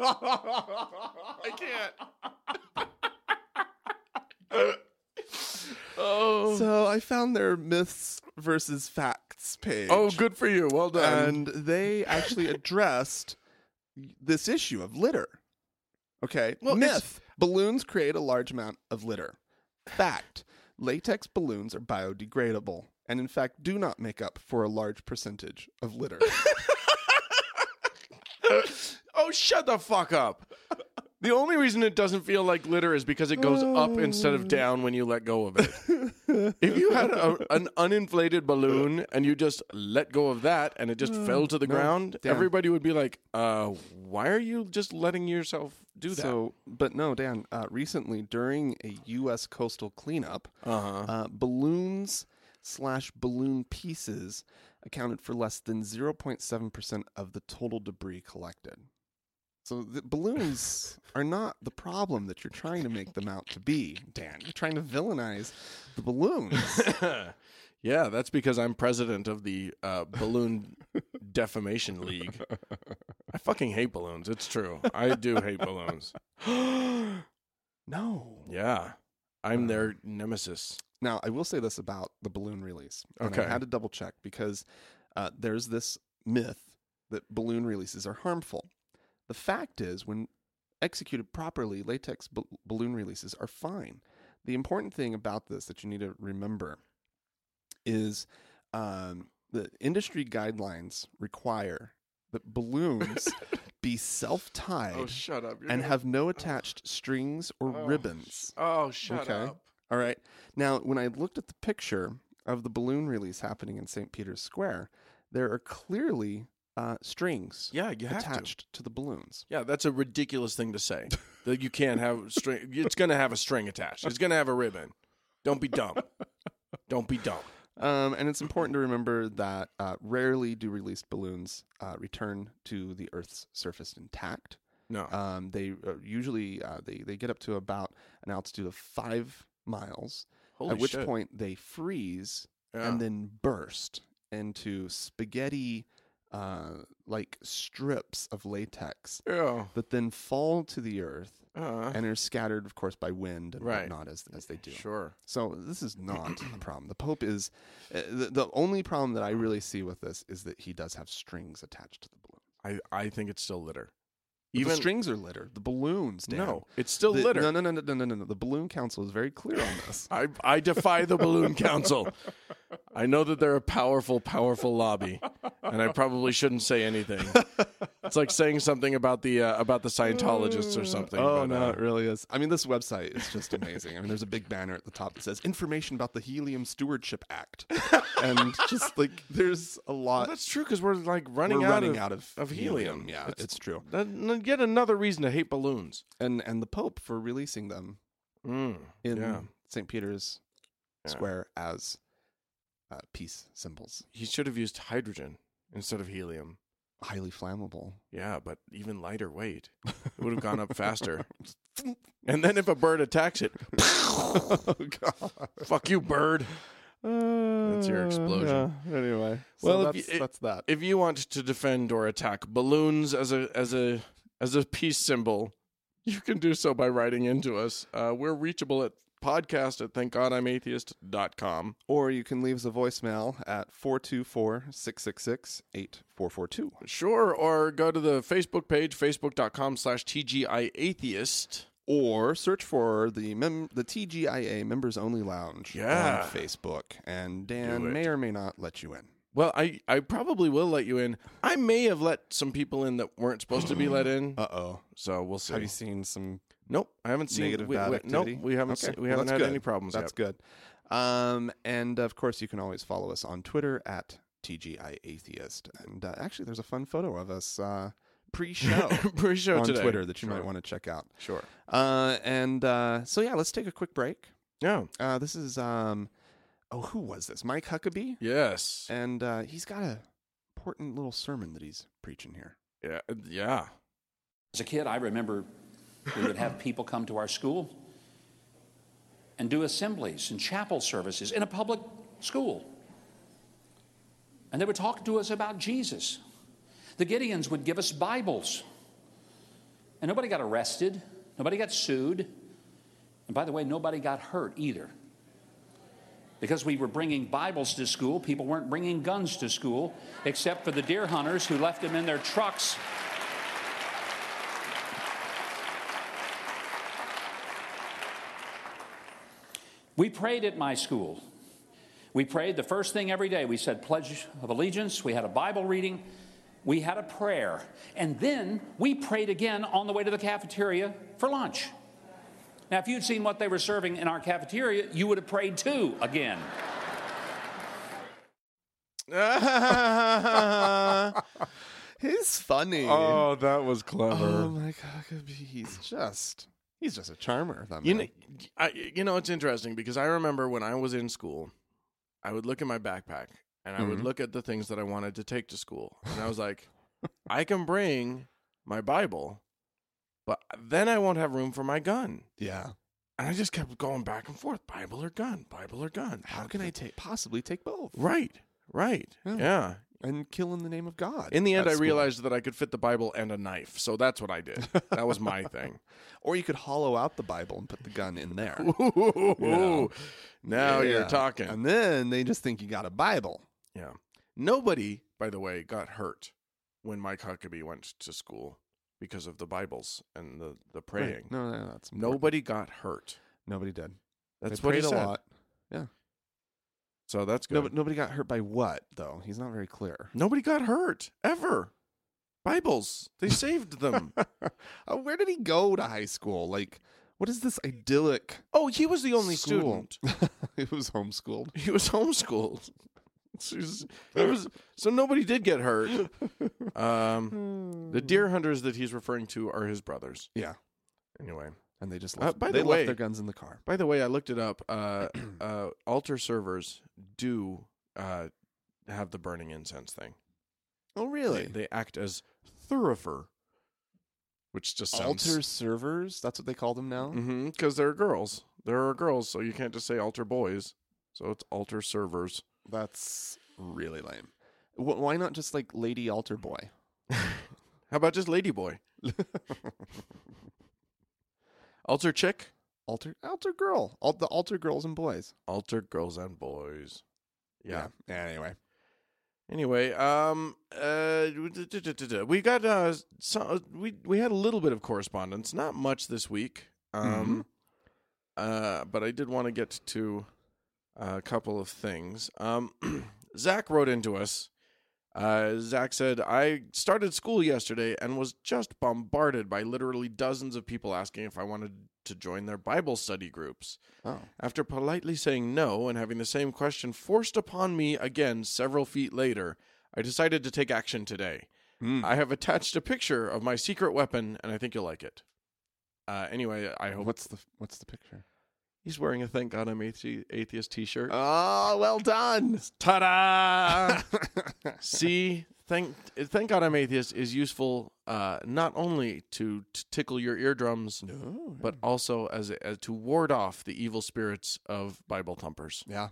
[SPEAKER 2] I can't. oh.
[SPEAKER 1] So I found their myths versus facts page.
[SPEAKER 2] oh, good for you. Well done.
[SPEAKER 1] and they actually addressed this issue of litter. Okay,
[SPEAKER 2] Well, it's-
[SPEAKER 1] myth, Balloons create a large amount of litter. Fact latex balloons are biodegradable and, in fact, do not make up for a large percentage of litter.
[SPEAKER 2] oh, shut the fuck up. The only reason it doesn't feel like litter is because it goes up instead of down when you let go of it. if you had a, an uninflated balloon and you just let go of that and it just fell to the ground,
[SPEAKER 1] Dan.
[SPEAKER 2] everybody would be like, uh, why are you just letting yourself do that?
[SPEAKER 1] so, but no, Dan, uh, recently during a U.S. coastal cleanup,
[SPEAKER 2] uh-huh.
[SPEAKER 1] uh, balloons slash balloon pieces accounted for less than 0.7% of the total debris collected. So the balloons are not the problem that you're trying to make them out to be, Dan. You're trying to villainize the balloons.
[SPEAKER 2] yeah, that's because I'm president of the uh, Balloon Defamation League. I fucking hate balloons. It's true. I do hate balloons.
[SPEAKER 1] no.
[SPEAKER 2] Yeah. I'm their nemesis.
[SPEAKER 1] Now, I will say this about the balloon release. and I
[SPEAKER 2] Okay.
[SPEAKER 1] had to double check because uh, there's this myth that balloon releases are harmful. The fact is, when executed properly, latex b- balloon releases are fine. The important thing about this that you need to remember is um, the industry guidelines require that balloons be self tied
[SPEAKER 2] Oh, shut up.
[SPEAKER 1] and have no attached strings or ribbons.
[SPEAKER 2] Oh, shut
[SPEAKER 1] Okay. up. All right. Now, when I looked at the picture of the balloon release happening in St. Peter's Square, there are clearly uh, strings
[SPEAKER 2] Yeah, you have to.
[SPEAKER 1] attached to. the balloons.
[SPEAKER 2] Yeah, that's a ridiculous thing to say. that you can't have string. It's going to have a string attached. It's going to have a ribbon. Don't be dumb. Don't be dumb.
[SPEAKER 1] Um, and it's important to remember that uh, rarely do released balloons uh, return to the Earth's surface intact.
[SPEAKER 2] No.
[SPEAKER 1] Um, they uh, usually uh, they they get up to about an altitude of five miles,
[SPEAKER 2] Holy
[SPEAKER 1] at which
[SPEAKER 2] shit.
[SPEAKER 1] point they freeze
[SPEAKER 2] Yeah.
[SPEAKER 1] and then burst into spaghetti uh, like strips of latex
[SPEAKER 2] yeah.
[SPEAKER 1] that then fall to the earth
[SPEAKER 2] Uh,
[SPEAKER 1] and are scattered, of course, by wind and
[SPEAKER 2] Right.
[SPEAKER 1] whatnot as, as they do.
[SPEAKER 2] sure.
[SPEAKER 1] So this is not a problem. The Pope is uh, the, the only problem that I really see with this is that he does have strings attached to the balloon.
[SPEAKER 2] I, I think it's still litter.
[SPEAKER 1] But the strings are litter. The balloons, Dan.
[SPEAKER 2] no, it's still
[SPEAKER 1] The-
[SPEAKER 2] litter.
[SPEAKER 1] No, no, no, no, no, no, no, no. The balloon council is very clear on this.
[SPEAKER 2] I I defy the balloon council. I know that they're a powerful, powerful lobby, and I probably shouldn't say anything. It's like saying something about the uh, about the Scientologists or something.
[SPEAKER 1] Oh
[SPEAKER 2] but,
[SPEAKER 1] no,
[SPEAKER 2] uh,
[SPEAKER 1] it really is. I mean, this website is just amazing. I mean, there's a big banner at the top that says "Information about the Helium Stewardship Act," and just like there's a lot.
[SPEAKER 2] that's true because we're like
[SPEAKER 1] we're
[SPEAKER 2] running out
[SPEAKER 1] running
[SPEAKER 2] of,
[SPEAKER 1] out of
[SPEAKER 2] of helium.
[SPEAKER 1] Yeah, it's,
[SPEAKER 2] It's-
[SPEAKER 1] true.
[SPEAKER 2] That- n- yet another reason to hate balloons.
[SPEAKER 1] And and the Pope for releasing them
[SPEAKER 2] Mm,
[SPEAKER 1] in
[SPEAKER 2] yeah,
[SPEAKER 1] St. Peter's
[SPEAKER 2] Yeah.
[SPEAKER 1] Square as uh, peace symbols,
[SPEAKER 2] he should have used hydrogen instead of helium.
[SPEAKER 1] highly flammable.
[SPEAKER 2] Yeah, but even lighter weight. It would have gone up faster. and then if a bird attacks it,
[SPEAKER 1] oh God,
[SPEAKER 2] fuck you, bird.
[SPEAKER 1] that's
[SPEAKER 2] your explosion.
[SPEAKER 1] Anyway, so
[SPEAKER 2] Well, if
[SPEAKER 1] that's,
[SPEAKER 2] you- it-
[SPEAKER 1] that's that.
[SPEAKER 2] if you want to defend or attack balloons as a as a as a peace symbol, you can do so by writing into us. Uh, we're reachable at podcast at thankgodimatheist.com.
[SPEAKER 1] Or you can leave us a voicemail at 424 666 8442.
[SPEAKER 2] Sure, or go to the Facebook page, facebook.com slash TGIAtheist.
[SPEAKER 1] Or search for the mem- the TGIA Members Only Lounge
[SPEAKER 2] Yeah.
[SPEAKER 1] on Facebook, and
[SPEAKER 2] Do it.
[SPEAKER 1] Dan may or may not let you in.
[SPEAKER 2] Well, I, I probably will let you in. I may have let some people in that weren't supposed to be let in,
[SPEAKER 1] Uh oh.
[SPEAKER 2] so we'll see.
[SPEAKER 1] Have you seen some
[SPEAKER 2] nope, I haven't seen
[SPEAKER 1] negative
[SPEAKER 2] we,
[SPEAKER 1] bad
[SPEAKER 2] we- Nope,
[SPEAKER 1] activity?
[SPEAKER 2] we haven't,
[SPEAKER 1] Okay.
[SPEAKER 2] seen, we
[SPEAKER 1] Well,
[SPEAKER 2] haven't had
[SPEAKER 1] that's good.
[SPEAKER 2] any problems
[SPEAKER 1] That's
[SPEAKER 2] yet.
[SPEAKER 1] good. Um, and of course, you can always follow us on Twitter at TGI Atheist. And uh, actually, there's a fun photo of us uh, pre show
[SPEAKER 2] Pretty sure
[SPEAKER 1] on
[SPEAKER 2] today.
[SPEAKER 1] Twitter that you
[SPEAKER 2] Sure.
[SPEAKER 1] might want to check out.
[SPEAKER 2] Sure.
[SPEAKER 1] Uh, and uh, so, yeah, let's take a quick break.
[SPEAKER 2] Yeah.
[SPEAKER 1] Uh, this is um, oh, who was this? Mike Huckabee,
[SPEAKER 2] Yes.
[SPEAKER 1] and uh, he's got a important little sermon that he's preaching here.
[SPEAKER 2] Yeah, yeah.
[SPEAKER 3] As a kid, I remember we would have people come to our school and do assemblies and chapel services in a public school. And they would talk to us about Jesus. The Gideons would give us Bibles. And nobody got arrested, nobody got sued. And by the way, nobody got hurt either. Because we were bringing Bibles to school, people weren't bringing guns to school, except for the deer hunters who left them in their trucks We prayed at my school. We prayed the first thing every day. We said Pledge of Allegiance. We had a Bible reading. We had a prayer. And then we prayed again on the way to the cafeteria for lunch. Now, if you'd seen what they were serving in our cafeteria, you would have prayed too again.
[SPEAKER 1] He's funny.
[SPEAKER 2] oh, that was clever.
[SPEAKER 1] Oh my god, he's just he's just a charmer. That
[SPEAKER 2] You
[SPEAKER 1] man.
[SPEAKER 2] know, I, you know, it's interesting because I remember when I was in school, I would look at my backpack and I would look at the things that I wanted to take to school. And I was like, I can bring my Bible, but then I won't have room for my gun.
[SPEAKER 1] yeah.
[SPEAKER 2] And I just kept going back and forth Bible or gun, Bible or gun.
[SPEAKER 1] How can I take possibly take both
[SPEAKER 2] Right, right.
[SPEAKER 1] Yeah.
[SPEAKER 2] yeah.
[SPEAKER 1] and kill in the name of God?
[SPEAKER 2] In the end,
[SPEAKER 1] at
[SPEAKER 2] I
[SPEAKER 1] school?
[SPEAKER 2] realized that I could fit the Bible and a knife. So that's what I did. That was my thing.
[SPEAKER 1] or you could hollow out the Bible and put the gun in there.
[SPEAKER 2] Ooh, now
[SPEAKER 1] Yeah.
[SPEAKER 2] you're talking.
[SPEAKER 1] and then they just think you got a Bible.
[SPEAKER 2] Yeah. Nobody, by the way, got hurt when Mike Huckabee went to school because of the Bibles and the, the praying.
[SPEAKER 1] Right. No, no, that's important.
[SPEAKER 2] Nobody got hurt.
[SPEAKER 1] Nobody did.
[SPEAKER 2] That's
[SPEAKER 1] they
[SPEAKER 2] what he
[SPEAKER 1] prayed a
[SPEAKER 2] said.
[SPEAKER 1] lot.
[SPEAKER 2] So that's good.
[SPEAKER 1] No, but nobody got hurt by what though? He's not very clear.
[SPEAKER 2] Nobody got hurt ever. Bibles. They saved them.
[SPEAKER 1] Uh, where did he go to high school? Like, what is this idyllic
[SPEAKER 2] oh, he was the only
[SPEAKER 1] school?
[SPEAKER 2] student.
[SPEAKER 1] it was homeschooled.
[SPEAKER 2] He was homeschooled. He was- he was- so nobody did get hurt.
[SPEAKER 1] Hmm.
[SPEAKER 2] Um, the deer hunters that he's referring to are his brothers.
[SPEAKER 1] Yeah,
[SPEAKER 2] Anyway.
[SPEAKER 1] and they just
[SPEAKER 2] Uh,
[SPEAKER 1] left,
[SPEAKER 2] by
[SPEAKER 1] they
[SPEAKER 2] the
[SPEAKER 1] left
[SPEAKER 2] way-
[SPEAKER 1] their guns in the car.
[SPEAKER 2] By the way, I looked it up. Uh, uh, altar servers do uh, have the burning incense thing.
[SPEAKER 1] Oh,
[SPEAKER 2] They,
[SPEAKER 1] really?
[SPEAKER 2] they act as thurifer, which just sounds
[SPEAKER 1] Altar servers. That's what they call them now.
[SPEAKER 2] because they're girls. There are girls, so you can't just say altar boys. So it's altar servers.
[SPEAKER 1] That's really lame. Wh- why not just like lady altar boy?
[SPEAKER 2] How about just lady boy? altar chick,
[SPEAKER 1] Altar altar girl. All the altar girls and boys.
[SPEAKER 2] altar girls and boys. yeah.
[SPEAKER 1] Anyway.
[SPEAKER 2] Anyway, um, uh, we got uh, so we we had a little bit of correspondence, not much this week. Um, uh, but I did want to get to a couple of things. Um, Zach wrote into us. Uh, Zach said, "I started school yesterday and was just bombarded by literally dozens of people asking if I wanted to join their Bible study groups."
[SPEAKER 1] Oh.
[SPEAKER 2] After politely saying no and having the same question forced upon me again several feet later, I decided to take action today. I have attached a picture of my secret weapon, and I think you'll like it. Uh, anyway, I hope
[SPEAKER 1] What's the What's the picture?
[SPEAKER 2] he's wearing a "Thank God I'm Athe- Atheist" T-shirt.
[SPEAKER 1] Oh, well done.
[SPEAKER 2] Ta-da! See, thank thank God I'm atheist is useful uh, not only to t- tickle your eardrums,
[SPEAKER 1] No.
[SPEAKER 2] but also as, a, as to ward off the evil spirits of Bible thumpers.
[SPEAKER 1] Yeah.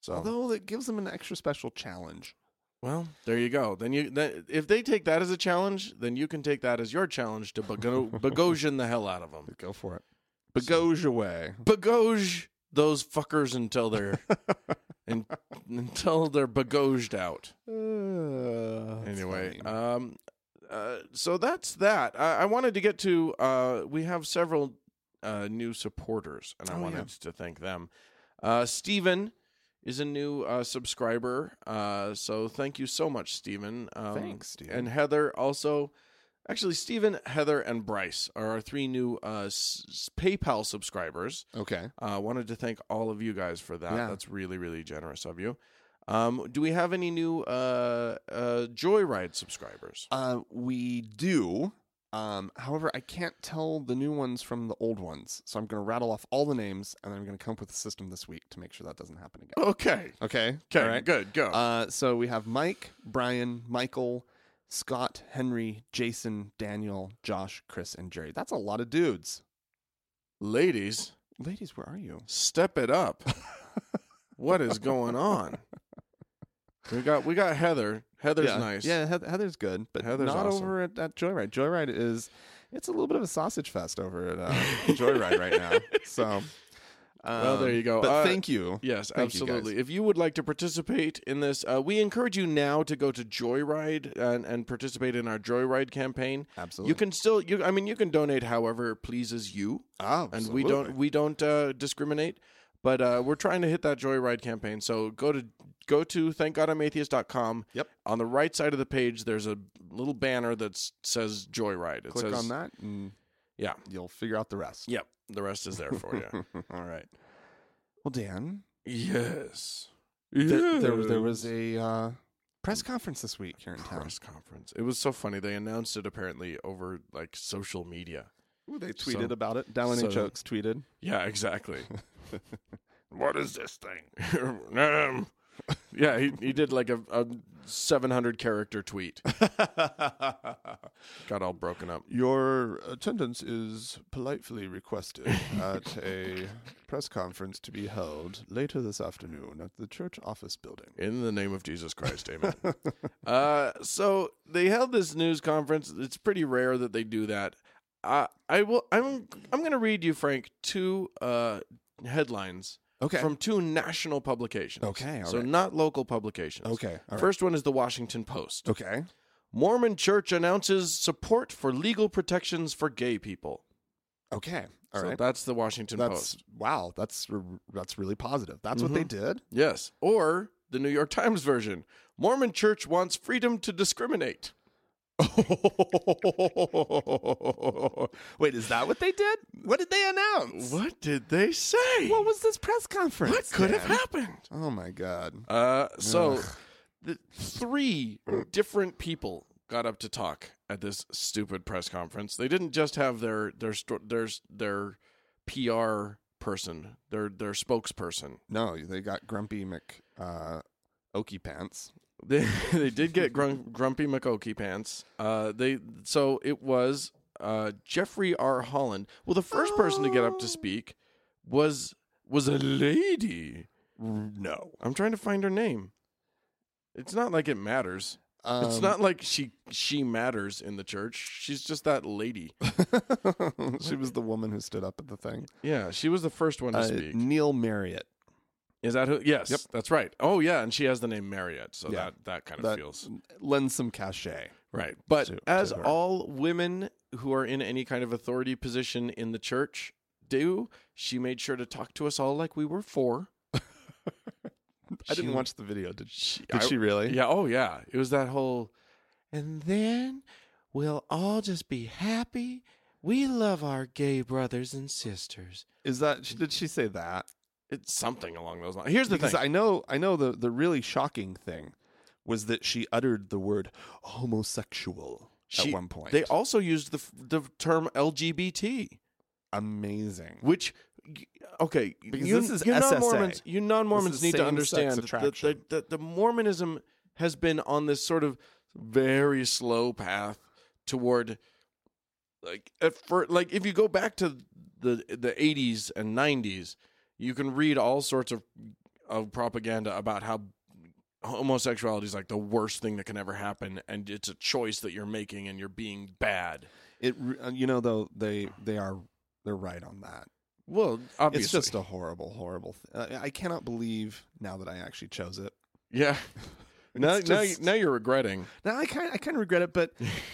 [SPEAKER 2] So.
[SPEAKER 1] Although it gives them an extra special challenge.
[SPEAKER 2] Well, there you go. Then you then, if they take that as a challenge, then you can take that as your challenge to bago- bagosian the hell out of them.
[SPEAKER 1] Go for it. Bagoge away.
[SPEAKER 2] Bagoge those fuckers until they're and, until they're bagoged out.
[SPEAKER 1] Uh, Oh,
[SPEAKER 2] anyway, um, uh, so that's that. I, I wanted to get to. Uh, we have several uh, new supporters, and I
[SPEAKER 1] Oh,
[SPEAKER 2] wanted to thank them. Uh, Steven is a new uh, subscriber, uh, so thank you so much, Steven. Um,
[SPEAKER 1] Thanks, Steven.
[SPEAKER 2] And Heather also. Actually, Steven, Heather, and Bryce are our three new uh, s- s- PayPal subscribers.
[SPEAKER 1] okay.
[SPEAKER 2] Uh, wanted to thank all of you guys for that.
[SPEAKER 1] Yeah.
[SPEAKER 2] That's really, really generous of you. Um, do we have any new uh, uh, Joyride subscribers?
[SPEAKER 1] Uh, we do. Um, however, I can't tell the new ones from the old ones, so I'm going to rattle off all the names, and I'm going to come up with a system this week to make sure that doesn't happen again.
[SPEAKER 2] Okay.
[SPEAKER 1] Uh, Okay.
[SPEAKER 2] Okay.
[SPEAKER 1] All right.
[SPEAKER 2] Good. Go.
[SPEAKER 1] Uh, so we have Mike, Brian, Michael, Scott, Henry, Jason, Daniel, Josh, Chris, and Jerry. That's a lot of dudes.
[SPEAKER 2] Ladies,
[SPEAKER 1] Ladies, where are you?
[SPEAKER 2] step it up. what is going on? We got we got Heather. Heather's
[SPEAKER 1] yeah.
[SPEAKER 2] nice.
[SPEAKER 1] Yeah, Heath- Heather's good, but
[SPEAKER 2] Heather's
[SPEAKER 1] not
[SPEAKER 2] awesome.
[SPEAKER 1] over at, at Joyride. Joyride is it's a little bit of a sausage fest over at uh, Joyride right now. So, um,
[SPEAKER 2] Well, there you go.
[SPEAKER 1] But
[SPEAKER 2] Uh,
[SPEAKER 1] thank you.
[SPEAKER 2] Yes,
[SPEAKER 1] Thank you, guys.
[SPEAKER 2] absolutely. if you would like to participate in this, uh, we encourage you now to go to Joyride and, and participate in our Joyride campaign.
[SPEAKER 1] Absolutely.
[SPEAKER 2] You can still, you, I mean, you can donate however pleases you.
[SPEAKER 1] Oh,
[SPEAKER 2] and we don't we don't uh, discriminate. But uh, we're trying to hit that Joyride campaign. So go to go to thankgodimatheist.com.
[SPEAKER 1] Yep.
[SPEAKER 2] On the right side of the page, there's a little banner that s- says Joyride. It
[SPEAKER 1] Click
[SPEAKER 2] says,
[SPEAKER 1] on that and
[SPEAKER 2] Yeah.
[SPEAKER 1] you'll figure out the rest.
[SPEAKER 2] Yep. The rest is there for you. All right.
[SPEAKER 1] Well, Dan,
[SPEAKER 2] Yes.
[SPEAKER 1] there, there, was- there was a uh, press conference this week here in town.
[SPEAKER 2] press conference. It was so funny. They announced it apparently over like social media.
[SPEAKER 1] Ooh, they
[SPEAKER 2] So-
[SPEAKER 1] tweeted about it. Dallin
[SPEAKER 2] so-
[SPEAKER 1] and Chokes tweeted.
[SPEAKER 2] Yeah, exactly. what is this thing? um, yeah, he, he did like a, a 700 character tweet. Got all broken up.
[SPEAKER 1] Your attendance is politely requested at a press conference to be held later this afternoon at the church office building.
[SPEAKER 2] In the name of Jesus Christ, amen. uh, so they held this news conference. It's pretty rare that they do that. I, I will. I'm. I'm going to read you, Frank, two uh, headlines
[SPEAKER 1] Okay.
[SPEAKER 2] from two national publications.
[SPEAKER 1] Okay, all
[SPEAKER 2] so
[SPEAKER 1] right.
[SPEAKER 2] not local publications.
[SPEAKER 1] okay. all right.
[SPEAKER 2] First one is the Washington Post.
[SPEAKER 1] Okay.
[SPEAKER 2] Mormon Church announces support for legal protections for gay people.
[SPEAKER 1] Okay. All right.
[SPEAKER 2] so that's the Washington
[SPEAKER 1] That's
[SPEAKER 2] Post.
[SPEAKER 1] wow. That's re- that's really positive. That's what they did.
[SPEAKER 2] Yes. Or the New York Times version. Mormon Church wants freedom to discriminate.
[SPEAKER 1] Wait, is that what they did? What did they announce?
[SPEAKER 2] What did they say?
[SPEAKER 1] What was this press conference?
[SPEAKER 2] What could have
[SPEAKER 1] Dan?
[SPEAKER 2] happened?
[SPEAKER 1] Oh my god.
[SPEAKER 2] Uh, so the three different people got up to talk at this stupid press conference. They didn't just have their their sto- their their PR person, their their spokesperson.
[SPEAKER 1] No, they got Grumpy Mc uh, Okie Pants.
[SPEAKER 2] they, they did get grun- grumpy McOkie pants. Uh, they so it was uh, Jeffrey R. Holland. Well, the first person to get up to speak was was a lady.
[SPEAKER 1] No,
[SPEAKER 2] I'm trying to find her name. It's not like it matters.
[SPEAKER 1] um,
[SPEAKER 2] it's not like she she matters in the church. She's just that lady.
[SPEAKER 1] she was the woman who stood up at the thing.
[SPEAKER 2] Yeah, she was the first one to
[SPEAKER 1] Uh,
[SPEAKER 2] speak.
[SPEAKER 1] Neil Marriott.
[SPEAKER 2] Is that who? Yes,
[SPEAKER 1] Yep.
[SPEAKER 2] that's right. Oh yeah, and she has the name Marriott, so
[SPEAKER 1] Yeah.
[SPEAKER 2] that that kind of
[SPEAKER 1] That
[SPEAKER 2] feels
[SPEAKER 1] lends some cachet.
[SPEAKER 2] Right. But
[SPEAKER 1] to- to
[SPEAKER 2] as
[SPEAKER 1] her.
[SPEAKER 2] all women who are in any kind of authority position in the church do, she made sure to talk to us all like we were four.
[SPEAKER 1] I didn't
[SPEAKER 2] She-
[SPEAKER 1] watch the video. Did she,
[SPEAKER 2] She,
[SPEAKER 1] did
[SPEAKER 2] I-
[SPEAKER 1] she really?
[SPEAKER 2] Yeah. Oh, yeah. It was that whole, and then we'll all just be happy. We love our gay brothers and sisters.
[SPEAKER 1] Is that did she say that?
[SPEAKER 2] It's something along those lines. Here's the
[SPEAKER 1] Because
[SPEAKER 2] thing.
[SPEAKER 1] I know, I know the the really shocking thing was that she uttered the word homosexual
[SPEAKER 2] She-
[SPEAKER 1] at one point.
[SPEAKER 2] They also used the, f- the term LGBT.
[SPEAKER 1] amazing.
[SPEAKER 2] Which, y- okay,
[SPEAKER 1] Because
[SPEAKER 2] you,
[SPEAKER 1] this is
[SPEAKER 2] you
[SPEAKER 1] SSA.
[SPEAKER 2] non-Mormons, you non-Mormons
[SPEAKER 1] This is
[SPEAKER 2] need to
[SPEAKER 1] same-sex
[SPEAKER 2] understand that the,
[SPEAKER 1] attraction.
[SPEAKER 2] that the Mormonism has been on this sort of very slow path toward, like, at first, like if you go back to the the eighties and nineties, you can read all sorts of of propaganda about how homosexuality is like the worst thing that can ever happen, and it's a choice that you're making, and you're being bad.
[SPEAKER 1] It re- uh, you know though they they are they're right on that.
[SPEAKER 2] Well, obviously,
[SPEAKER 1] It's just a horrible, horrible. Th- I I cannot believe now that I actually chose it.
[SPEAKER 2] Yeah. Now,
[SPEAKER 1] It's
[SPEAKER 2] now,
[SPEAKER 1] just-
[SPEAKER 2] now you're regretting.
[SPEAKER 1] Now I kind I kind of regret it, but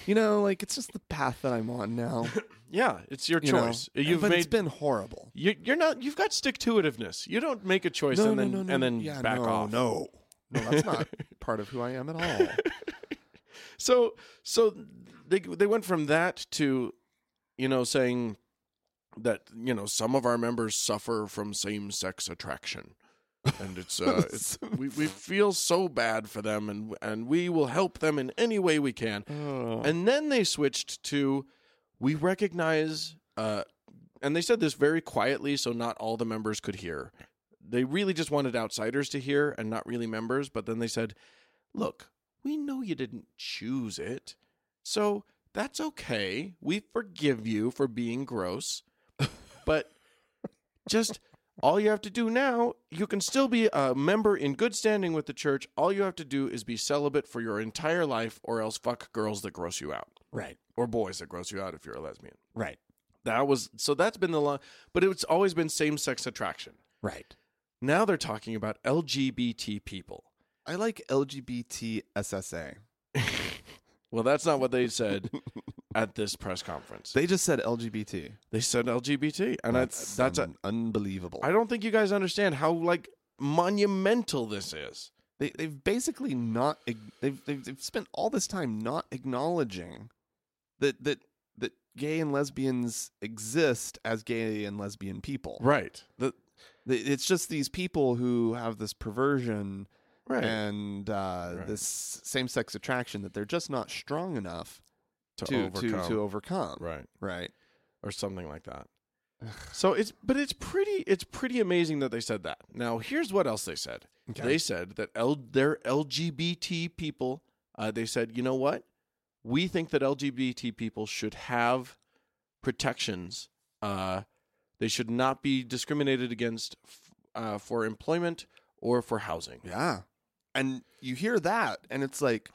[SPEAKER 1] you know, like it's just the path that I'm on now.
[SPEAKER 2] Yeah, it's your
[SPEAKER 1] You know? eh,
[SPEAKER 2] choice. You've
[SPEAKER 1] but it's
[SPEAKER 2] made
[SPEAKER 1] been horrible.
[SPEAKER 2] you, you're not. You've got stick to itiveness. You don't make a choice and then and then
[SPEAKER 1] Yeah,
[SPEAKER 2] back
[SPEAKER 1] no,
[SPEAKER 2] off.
[SPEAKER 1] No, no, that's not part of who I am at all.
[SPEAKER 2] So so they they went from that to you know saying that you know some of our members suffer from same sex attraction. And it's, uh, it's we, we feel so bad for them, and and we will help them in any way we can. And then they switched to we recognize uh and they said this very quietly so not all the members could hear. They really just wanted outsiders to hear and not really members, but then they said, "Look, we know you didn't choose it. So that's okay. We forgive you for being gross. But just all you have to do now, you can still be a member in good standing with the church. All you have to do is be celibate for your entire life, or else fuck girls that gross you out,
[SPEAKER 1] right,
[SPEAKER 2] or boys that gross you out if you're a lesbian.
[SPEAKER 1] right,
[SPEAKER 2] That was so that's been the long, but it's always been same sex attraction.
[SPEAKER 1] right.
[SPEAKER 2] Now they're talking about LGBT people.
[SPEAKER 1] I like LGBT SSA.
[SPEAKER 2] Well, that's not what they said. at this press conference. They,
[SPEAKER 1] They just said LGBT.
[SPEAKER 2] said LGBT, and that's that's a,
[SPEAKER 1] un- unbelievable.
[SPEAKER 2] I don't think you guys understand how like monumental this is.
[SPEAKER 1] they, they've basically not ig- they've, they've they've spent all this time not acknowledging that that that gay and lesbians exist as gay and lesbian people.
[SPEAKER 2] Right. The,
[SPEAKER 1] Th- It's just these people who have this perversion
[SPEAKER 2] right.
[SPEAKER 1] and uh,
[SPEAKER 2] Right.
[SPEAKER 1] this same-sex attraction that they're just not strong enough
[SPEAKER 2] to,
[SPEAKER 1] to to
[SPEAKER 2] overcome.
[SPEAKER 1] to overcome.
[SPEAKER 2] right.
[SPEAKER 1] Right.
[SPEAKER 2] or something like that. so it's but it's pretty it's pretty amazing that they said that. Now here's what else they said.
[SPEAKER 1] Okay.
[SPEAKER 2] They said that L, their LGBT people. Uh, they said, you know what? We think that LGBT people should have protections. Uh, they should not be discriminated against f- uh, for employment or for housing.
[SPEAKER 1] Yeah. And you hear that, and it's like,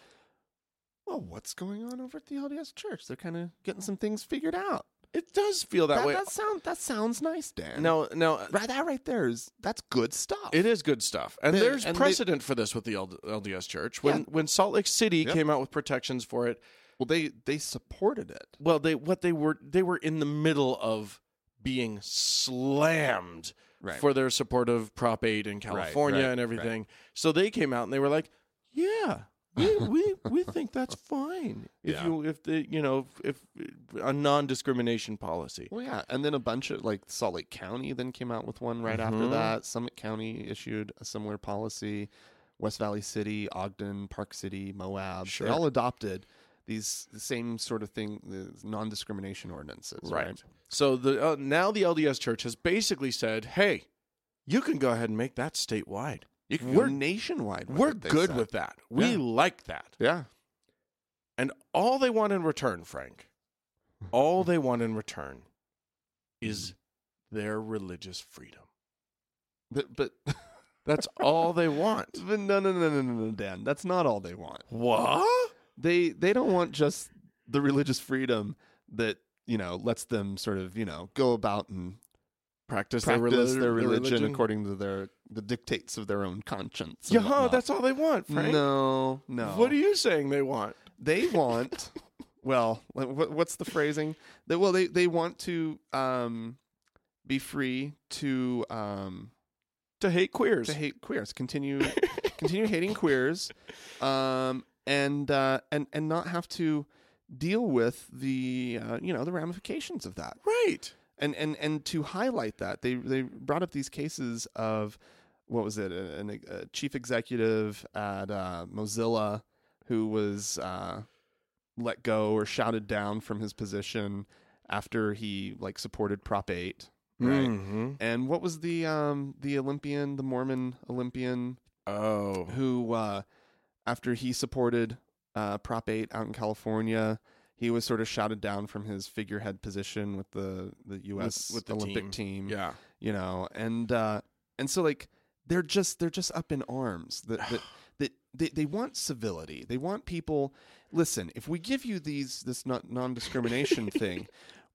[SPEAKER 1] well, what's going on over at the LDS Church? They're kind of getting some things figured out.
[SPEAKER 2] It does feel that,
[SPEAKER 1] That,
[SPEAKER 2] way.
[SPEAKER 1] that sound that sounds nice, Dan.
[SPEAKER 2] No, no,
[SPEAKER 1] right, that right there is that's good stuff.
[SPEAKER 2] It is good stuff, and
[SPEAKER 1] Man,
[SPEAKER 2] there's
[SPEAKER 1] and they-
[SPEAKER 2] precedent for this with the LD- LDS Church. When
[SPEAKER 1] Yeah.
[SPEAKER 2] when Salt Lake City
[SPEAKER 1] Yep.
[SPEAKER 2] came out with protections for it,
[SPEAKER 1] Well, they they supported it.
[SPEAKER 2] well, they what they were they were in the middle of being slammed
[SPEAKER 1] Right.
[SPEAKER 2] for their support of Prop Eight in California
[SPEAKER 1] right,
[SPEAKER 2] and
[SPEAKER 1] right.
[SPEAKER 2] everything. So they came out and they were like, "Yeah, we we, we think that's fine if
[SPEAKER 1] Yeah.
[SPEAKER 2] you if the you know if, if a non discrimination policy."
[SPEAKER 1] Well, yeah, and then a bunch of like Salt Lake County then came out with one right after
[SPEAKER 2] Mhm.
[SPEAKER 1] that. Summit County issued a similar policy. West Valley City, Ogden, Park City, Moab,
[SPEAKER 2] Sure.
[SPEAKER 1] they all adopted these the same sort of thing, the non-discrimination ordinances, right?
[SPEAKER 2] So the uh, now the LDS Church has basically said, "Hey, you can go ahead and make that statewide. You can,
[SPEAKER 1] We're
[SPEAKER 2] go-
[SPEAKER 1] nationwide. with
[SPEAKER 2] We're
[SPEAKER 1] it, they
[SPEAKER 2] good
[SPEAKER 1] said.
[SPEAKER 2] with that. We
[SPEAKER 1] Yeah.
[SPEAKER 2] like that.
[SPEAKER 1] yeah.
[SPEAKER 2] And all they want in return, Frank, all they want in return
[SPEAKER 1] Mm.
[SPEAKER 2] is their religious freedom.
[SPEAKER 1] But, but
[SPEAKER 2] That's all they want.
[SPEAKER 1] but no no no no no no Dan, that's not all they want.
[SPEAKER 2] What?
[SPEAKER 1] They they don't want just the religious freedom that you know lets them sort of you know go about and
[SPEAKER 2] Practice,
[SPEAKER 1] practice
[SPEAKER 2] their, relig-
[SPEAKER 1] their religion, according to their the dictates of their own conscience. and
[SPEAKER 2] Yeah,
[SPEAKER 1] whatnot.
[SPEAKER 2] that's all they want, Frank.
[SPEAKER 1] no no.
[SPEAKER 2] What are you saying they want?
[SPEAKER 1] they want well like, what, what's the phrasing they, well they, they want to um, be free to um,
[SPEAKER 2] To hate queers.
[SPEAKER 1] to hate queers continue continue hating queers um, and uh, and and not have to deal with the uh, you know the ramifications of that
[SPEAKER 2] right.
[SPEAKER 1] and and and to highlight that they they brought up these cases of what was it a, an- a chief executive at uh, Mozilla who was uh, let go or shouted down from his position after he like supported Prop Eight, right?
[SPEAKER 2] Mhm.
[SPEAKER 1] And what was the um the Olympian the Mormon Olympian
[SPEAKER 2] Oh.
[SPEAKER 1] who uh, after he supported uh, Prop 8 out in California, he was sort of shouted down from his figurehead position with the, the U.S.
[SPEAKER 2] with the
[SPEAKER 1] Olympic team.
[SPEAKER 2] Yeah.
[SPEAKER 1] you know, and uh, and so like they're just they're just up in arms that that, that they, they want civility. They want people. Listen, if we give you these this not non discrimination thing,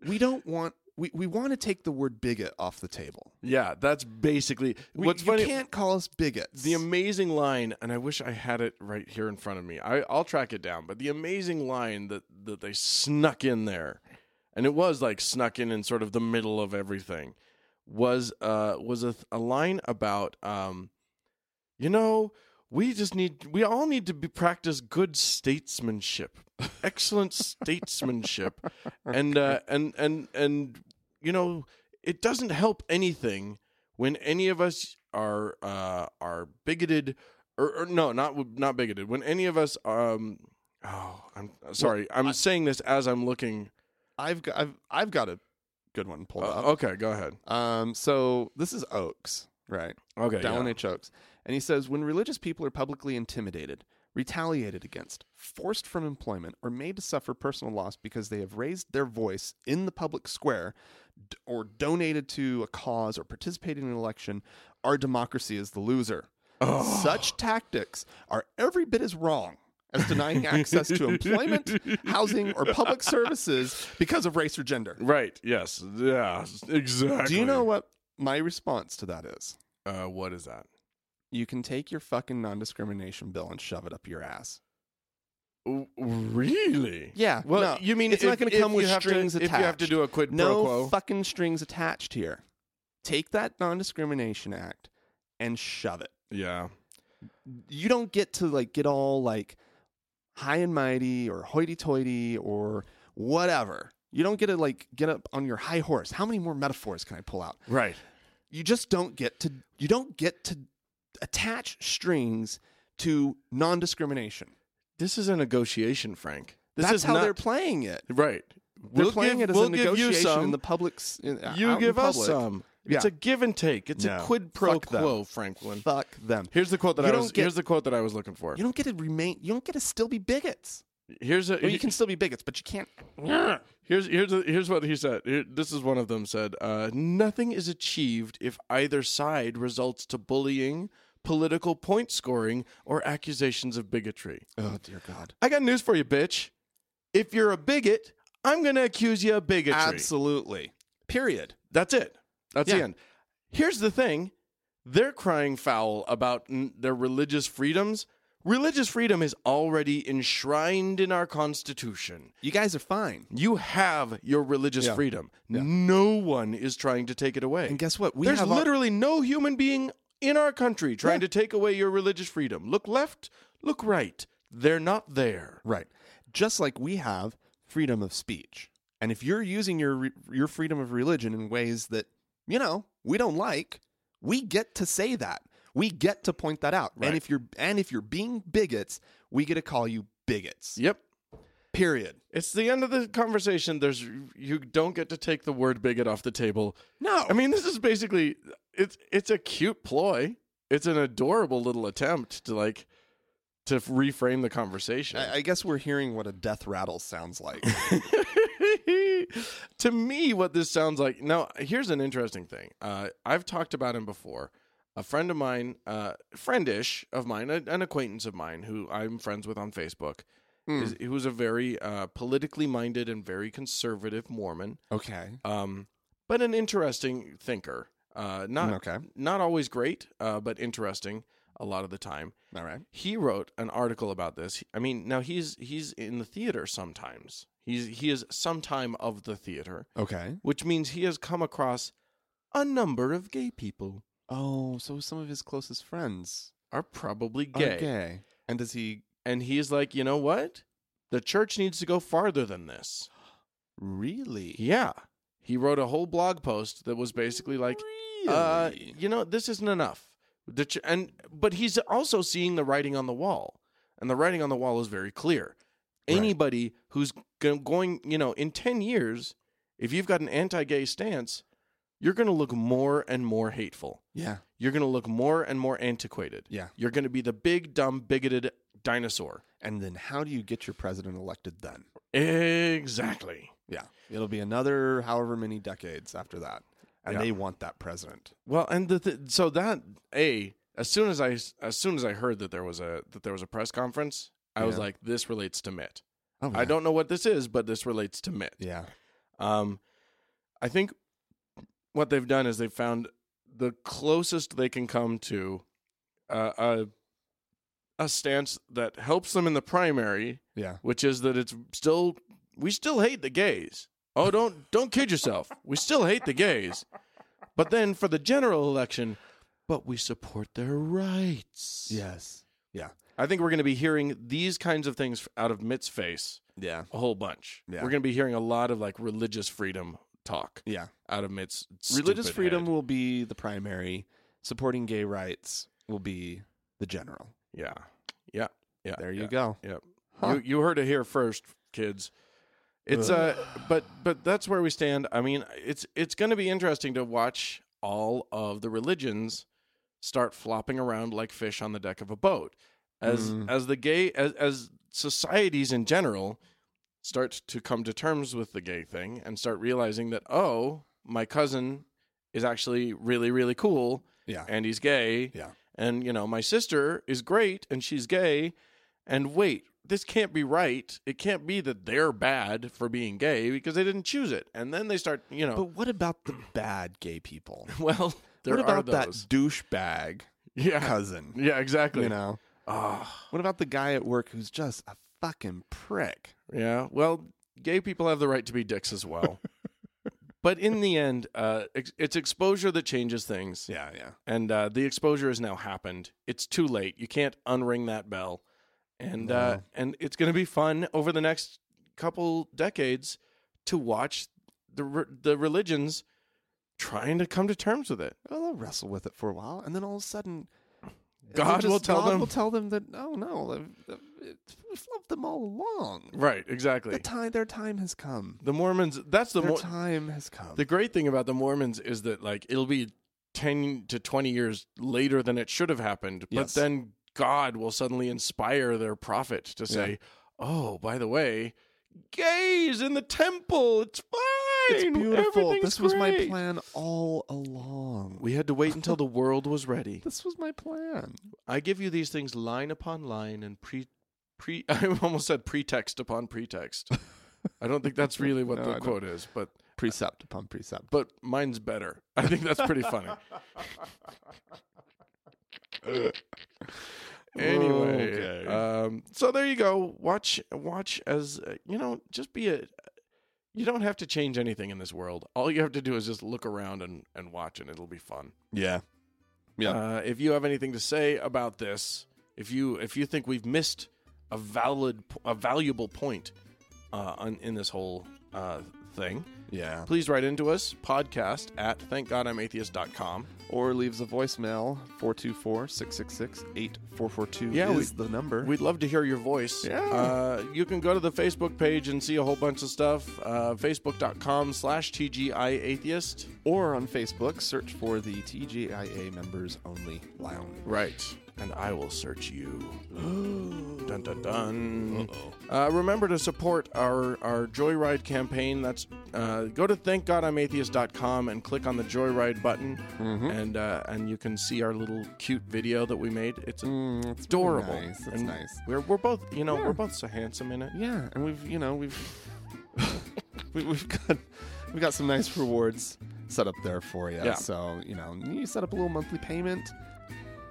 [SPEAKER 1] we don't want. We, we want to take the word bigot off the table.
[SPEAKER 2] Yeah, that's basically
[SPEAKER 1] We,
[SPEAKER 2] what's
[SPEAKER 1] you
[SPEAKER 2] funny.
[SPEAKER 1] can't call us bigots.
[SPEAKER 2] the amazing line, and I wish I had it right here in front of me. I, I'll track it down. But the amazing line that that they snuck in there, and it was like snuck in in sort of the middle of everything, was uh was a, th- a line about um, you know, we just need we all need to be practice good statesmanship, excellent statesmanship, and uh, and and and you know, it doesn't help anything when any of us are uh, are bigoted or, or no not not bigoted when any of us um oh i'm sorry i'm saying this as i'm looking
[SPEAKER 1] I've got I've, I've got a good one pulled
[SPEAKER 2] uh,
[SPEAKER 1] up.
[SPEAKER 2] okay go ahead
[SPEAKER 1] Um, so this is Oakes, right?
[SPEAKER 2] okay
[SPEAKER 1] Dallin
[SPEAKER 2] yeah.
[SPEAKER 1] H. Oakes. And he says when religious people are publicly intimidated, retaliated against, forced from employment, or made to suffer personal loss because they have raised their voice in the public square d- or donated to a cause or participated in an election, our democracy is the loser. Such tactics are every bit as wrong as denying access to employment, housing, or public services because of race or gender.
[SPEAKER 2] right yes yeah exactly
[SPEAKER 1] Do you know what my response to that is?
[SPEAKER 2] uh, what is that
[SPEAKER 1] You can take your fucking non discrimination bill and shove it up your ass.
[SPEAKER 2] W- Really?
[SPEAKER 1] Yeah.
[SPEAKER 2] Well,
[SPEAKER 1] no,
[SPEAKER 2] you mean
[SPEAKER 1] it's
[SPEAKER 2] if,
[SPEAKER 1] not going to come
[SPEAKER 2] if
[SPEAKER 1] with
[SPEAKER 2] you have to-
[SPEAKER 1] strings attached?
[SPEAKER 2] If you have to do a quid
[SPEAKER 1] no
[SPEAKER 2] pro quo,
[SPEAKER 1] fucking strings attached here. Take that non-discrimination act and shove it.
[SPEAKER 2] yeah.
[SPEAKER 1] You don't get to like get all like high and mighty or hoity-toity or whatever. You don't get to like get up on your high horse. How many more metaphors can I pull out?
[SPEAKER 2] Right.
[SPEAKER 1] You just don't get to you don't get to attach strings to non-discrimination.
[SPEAKER 2] This is a negotiation, Frank. This
[SPEAKER 1] That's
[SPEAKER 2] is
[SPEAKER 1] how
[SPEAKER 2] not
[SPEAKER 1] they're playing it.
[SPEAKER 2] right.
[SPEAKER 1] They're
[SPEAKER 2] we'll
[SPEAKER 1] playing
[SPEAKER 2] give,
[SPEAKER 1] it as
[SPEAKER 2] we'll
[SPEAKER 1] a
[SPEAKER 2] give
[SPEAKER 1] negotiation
[SPEAKER 2] you some.
[SPEAKER 1] in the public's. In,
[SPEAKER 2] you
[SPEAKER 1] out in
[SPEAKER 2] give us
[SPEAKER 1] public.
[SPEAKER 2] some. It's
[SPEAKER 1] Yeah.
[SPEAKER 2] a give and take. It's a
[SPEAKER 1] No.
[SPEAKER 2] quid pro
[SPEAKER 1] Fuck them.
[SPEAKER 2] quo, Franklin.
[SPEAKER 1] Fuck them.
[SPEAKER 2] Here's the quote that
[SPEAKER 1] You
[SPEAKER 2] I
[SPEAKER 1] don't
[SPEAKER 2] was.
[SPEAKER 1] get-
[SPEAKER 2] here's the quote that I was looking for.
[SPEAKER 1] You don't get to remain. You don't get to still be bigots.
[SPEAKER 2] Here's a.
[SPEAKER 1] Well, you can still be bigots, but you can't.
[SPEAKER 2] Here's here's a, here's what he said. Here, this is one of them said. Uh, Nothing is achieved if either side results to bullying, political point scoring, or accusations of bigotry.
[SPEAKER 1] Oh dear God!
[SPEAKER 2] I got news for you, bitch. If you're a bigot, I'm gonna accuse you of bigotry.
[SPEAKER 1] Absolutely. Period.
[SPEAKER 2] That's it. That's the
[SPEAKER 1] Yeah.
[SPEAKER 2] end. Here's the thing: they're crying foul about mm, their religious freedoms. Religious freedom is already enshrined in our constitution.
[SPEAKER 1] You guys are fine.
[SPEAKER 2] You have your religious
[SPEAKER 1] Yeah.
[SPEAKER 2] freedom. No one is trying to take it away.
[SPEAKER 1] And guess what? We
[SPEAKER 2] There's
[SPEAKER 1] have our-
[SPEAKER 2] literally no human being in our country trying to take away your religious freedom. Look left, look right. They're not there.
[SPEAKER 1] Right. Just like we have freedom of speech, and if you're using your re- your freedom of religion in ways that you know we don't like, we get to say that. We get to point that out.
[SPEAKER 2] Right.
[SPEAKER 1] And if you're and if you're being bigots, we get to call you bigots.
[SPEAKER 2] Yep.
[SPEAKER 1] Period.
[SPEAKER 2] It's the end of the conversation. There's you don't get to take the word bigot off the table.
[SPEAKER 1] No.
[SPEAKER 2] I mean, this is basically it's it's a cute ploy. It's an adorable little attempt to like to reframe the conversation.
[SPEAKER 1] I, I guess we're hearing what a death rattle sounds like.
[SPEAKER 2] to me, what this sounds like. Now, here's an interesting thing. Uh, I've talked about him before. A friend of mine, uh, friendish of mine, a, an acquaintance of mine, who I'm friends with on Facebook, is, who's a very uh, politically minded and very conservative Mormon,
[SPEAKER 1] okay.
[SPEAKER 2] um, but an interesting thinker. Uh, not
[SPEAKER 1] Okay.
[SPEAKER 2] not always great, uh, but interesting a lot of the time
[SPEAKER 1] All right.
[SPEAKER 2] he wrote an article about this. I mean, now he's he's in the theater sometimes. He's he is sometime of the theater,
[SPEAKER 1] Okay.
[SPEAKER 2] which means he has come across a number of gay people
[SPEAKER 1] Oh, so some of his closest friends
[SPEAKER 2] are probably
[SPEAKER 1] are
[SPEAKER 2] gay.
[SPEAKER 1] gay. And does he
[SPEAKER 2] And he's like, "You know what? The church needs to go farther than this."
[SPEAKER 1] really?
[SPEAKER 2] Yeah. He wrote a whole blog post that was basically like, uh,
[SPEAKER 1] Really?
[SPEAKER 2] you know, this isn't enough. The ch- and but he's also seeing the writing on the wall, and the writing on the wall is very clear.
[SPEAKER 1] Right.
[SPEAKER 2] Anybody who's go- going, you know, in ten years, if you've got an anti-gay stance, you're going to look more and more hateful.
[SPEAKER 1] yeah.
[SPEAKER 2] You're going to look more and more antiquated.
[SPEAKER 1] Yeah.
[SPEAKER 2] You're going to be the big dumb bigoted dinosaur.
[SPEAKER 1] And then how do you get your president elected then?
[SPEAKER 2] Exactly.
[SPEAKER 1] Yeah. It'll be another however many decades after that. And
[SPEAKER 2] Yeah.
[SPEAKER 1] they want that president.
[SPEAKER 2] Well, and the th- so that a as soon as I as soon as I heard that there was a that there was a press conference, I was
[SPEAKER 1] Yeah.
[SPEAKER 2] like, this relates to Mitt.
[SPEAKER 1] Oh,
[SPEAKER 2] I don't know what this is, but this relates to Mitt.
[SPEAKER 1] Yeah.
[SPEAKER 2] Um, I think what they've done is they've found the closest they can come to uh, a a stance that helps them in the primary,
[SPEAKER 1] Yeah.
[SPEAKER 2] which is that it's still we still hate the gays. Oh, don't don't kid yourself. We still hate the gays. But then for the general election, but we support their rights.
[SPEAKER 1] Yes. Yeah.
[SPEAKER 2] I think we're going to be hearing these kinds of things out of Mitt's face
[SPEAKER 1] Yeah.
[SPEAKER 2] a whole bunch.
[SPEAKER 1] Yeah.
[SPEAKER 2] We're going to be hearing a lot of like religious freedom talk
[SPEAKER 1] Yeah.
[SPEAKER 2] out of Mitt's
[SPEAKER 1] Religious
[SPEAKER 2] stupid
[SPEAKER 1] freedom
[SPEAKER 2] head.
[SPEAKER 1] will be the primary. Supporting gay rights will be the general.
[SPEAKER 2] Yeah. Yeah. Yeah.
[SPEAKER 1] There you
[SPEAKER 2] yeah.
[SPEAKER 1] go.
[SPEAKER 2] Yep.
[SPEAKER 1] Huh.
[SPEAKER 2] You you heard it here first, kids. It's uh but but that's where we stand. I mean, it's it's going to be interesting to watch all of the religions start flopping around like fish on the deck of a boat as
[SPEAKER 1] Mm.
[SPEAKER 2] as the gay as as societies in general start to come to terms with the gay thing and start realizing that oh, my cousin is actually really really cool
[SPEAKER 1] Yeah.
[SPEAKER 2] and he's gay.
[SPEAKER 1] Yeah.
[SPEAKER 2] And you know, my sister is great and she's gay. And wait, this can't be right. It can't be that they're bad for being gay because they didn't choose it. And then they start, you know,
[SPEAKER 1] But what about the bad gay people?
[SPEAKER 2] well, there
[SPEAKER 1] what
[SPEAKER 2] are
[SPEAKER 1] about that
[SPEAKER 2] those.
[SPEAKER 1] douchebag
[SPEAKER 2] yeah.
[SPEAKER 1] cousin?
[SPEAKER 2] Yeah, exactly.
[SPEAKER 1] You know,
[SPEAKER 2] Ah,
[SPEAKER 1] what about the guy at work who's just a fucking prick.
[SPEAKER 2] Yeah. Well, gay people have the right to be dicks as well. but in the end, uh, ex- it's exposure that changes things.
[SPEAKER 1] Yeah, yeah.
[SPEAKER 2] And uh, the exposure has now happened. It's too late. You can't unring that bell. And uh, and it's going to be fun over the next couple decades to watch the re- the religions trying to come to terms with it.
[SPEAKER 1] Well, they'll wrestle with it for a while, and then all of a sudden, they'll
[SPEAKER 2] God will
[SPEAKER 1] just-
[SPEAKER 2] tell
[SPEAKER 1] God
[SPEAKER 2] them.
[SPEAKER 1] will tell them that oh no, they've- they've- we've loved them all along.
[SPEAKER 2] right. Exactly.
[SPEAKER 1] The time, their time has come.
[SPEAKER 2] The Mormons. That's the
[SPEAKER 1] Their
[SPEAKER 2] more.
[SPEAKER 1] time has come.
[SPEAKER 2] The great thing about the Mormons is that like it'll be 10 to 20 years later than it should have happened,
[SPEAKER 1] Yes.
[SPEAKER 2] but then God will suddenly inspire their prophet to say, "Oh, by the way, gays in the temple, it's fine.
[SPEAKER 1] it's beautiful.
[SPEAKER 2] Everything's
[SPEAKER 1] This was my
[SPEAKER 2] great."
[SPEAKER 1] plan all along.
[SPEAKER 2] We had to wait until the world was ready.
[SPEAKER 1] this was my plan.
[SPEAKER 2] I give you these things line upon line and pre pre I almost said pretext upon pretext. I don't think that's really what
[SPEAKER 1] No, I
[SPEAKER 2] the
[SPEAKER 1] don't.
[SPEAKER 2] quote is, but
[SPEAKER 1] Precept upon precept.
[SPEAKER 2] but mine's better. I think that's pretty funny. anyway,
[SPEAKER 1] Okay.
[SPEAKER 2] um, so there you go. Watch, watch as uh, you know. Just be a. You don't have to change anything in this world. All you have to do is just look around and and watch, and it'll be fun.
[SPEAKER 1] Yeah. Yeah.
[SPEAKER 2] Uh, if you have anything to say about this, if you if you think we've missed a valid p- a valuable point uh, on, in this whole uh, thing,
[SPEAKER 1] Yeah.
[SPEAKER 2] please write into us podcast at thankgodimatheist.com
[SPEAKER 1] Or leaves a voicemail 424 666 8442
[SPEAKER 2] Yeah,
[SPEAKER 1] is
[SPEAKER 2] we-
[SPEAKER 1] the number.
[SPEAKER 2] we'd love to hear your voice
[SPEAKER 1] Yeah.
[SPEAKER 2] uh, you can go to the facebook page and see a whole bunch of stuff uh, facebook.com slash tgi atheist
[SPEAKER 1] or on Facebook, search for the TGIA Members Only Lounge.
[SPEAKER 2] right and i will search you dun dun dun uh, remember to support our, our joyride campaign that's uh, go to thankgodimatheist.com and click on the joyride button and uh, and you can see our little cute video that we made Mm, it's a
[SPEAKER 1] It's
[SPEAKER 2] adorable.
[SPEAKER 1] Nice. It's
[SPEAKER 2] And
[SPEAKER 1] nice.
[SPEAKER 2] We're we're both you know we're both so handsome in it.
[SPEAKER 1] Yeah, and we've you know we've we, we've got we got some nice rewards set up there for you.
[SPEAKER 2] Yeah.
[SPEAKER 1] So you know you set up a little monthly payment,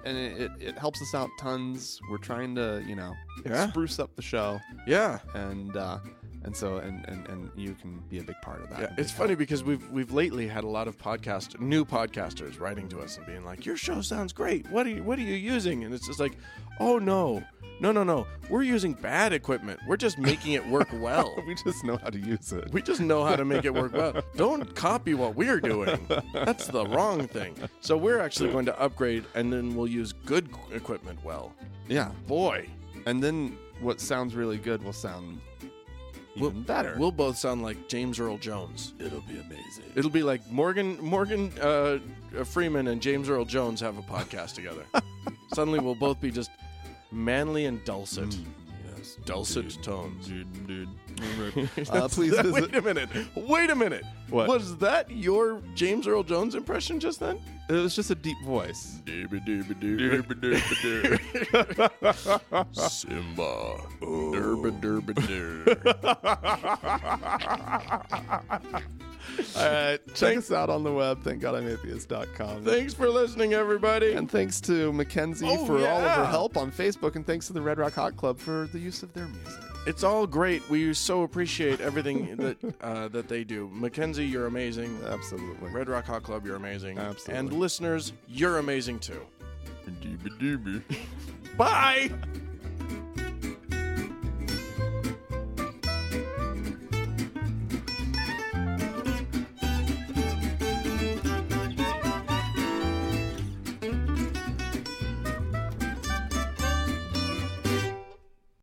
[SPEAKER 1] and it, it, it helps us out tons. We're trying to you know
[SPEAKER 2] Yeah.
[SPEAKER 1] spruce up the show,
[SPEAKER 2] Yeah.
[SPEAKER 1] and uh, and so and, and and you can be a big part of that.
[SPEAKER 2] Yeah, it's funny because we've we've lately had a lot of podcast new podcasters writing to us and being like, "Your show sounds great. What are you, what are you using?" And it's just like, "Oh no, no, no, no. We're using bad equipment. We're just making it work well.
[SPEAKER 1] we just know how to use it.
[SPEAKER 2] We just know how to make it work well. Don't copy what we're doing. That's the wrong thing. So we're actually going to upgrade, and then we'll use good equipment. Well,
[SPEAKER 1] yeah,
[SPEAKER 2] boy,
[SPEAKER 1] and then what sounds really good will sound even better.
[SPEAKER 2] We'll both sound like James Earl Jones.
[SPEAKER 1] It'll be amazing.
[SPEAKER 2] It'll be like Morgan Morgan uh, Freeman and James Earl Jones have a podcast together. Suddenly, we'll both be just manly and dulcet,
[SPEAKER 1] Mm, yes.
[SPEAKER 2] dulcet tones.
[SPEAKER 1] Uh, please visit.
[SPEAKER 2] Wait a minute! Wait a minute!
[SPEAKER 1] What?
[SPEAKER 2] was that? Your James Earl Jones impression just then?
[SPEAKER 1] It was just a deep voice.
[SPEAKER 2] Simba. Derba derba der.
[SPEAKER 1] All right. Check us out on the web. Thank God I'm atheist.com.
[SPEAKER 2] Thanks for listening, everybody.
[SPEAKER 1] and thanks to Mackenzie
[SPEAKER 2] Oh,
[SPEAKER 1] for all of her
[SPEAKER 2] yeah.
[SPEAKER 1] help on Facebook, and thanks to the Red Rock Hot Club for the use of their music.
[SPEAKER 2] It's all great. We so appreciate everything that uh, that they do. Mackenzie, you're amazing. Uh,
[SPEAKER 1] Absolutely.
[SPEAKER 2] Red Rock Hot Club, you're amazing.
[SPEAKER 1] Absolutely.
[SPEAKER 2] And listeners, you're amazing too. Bye.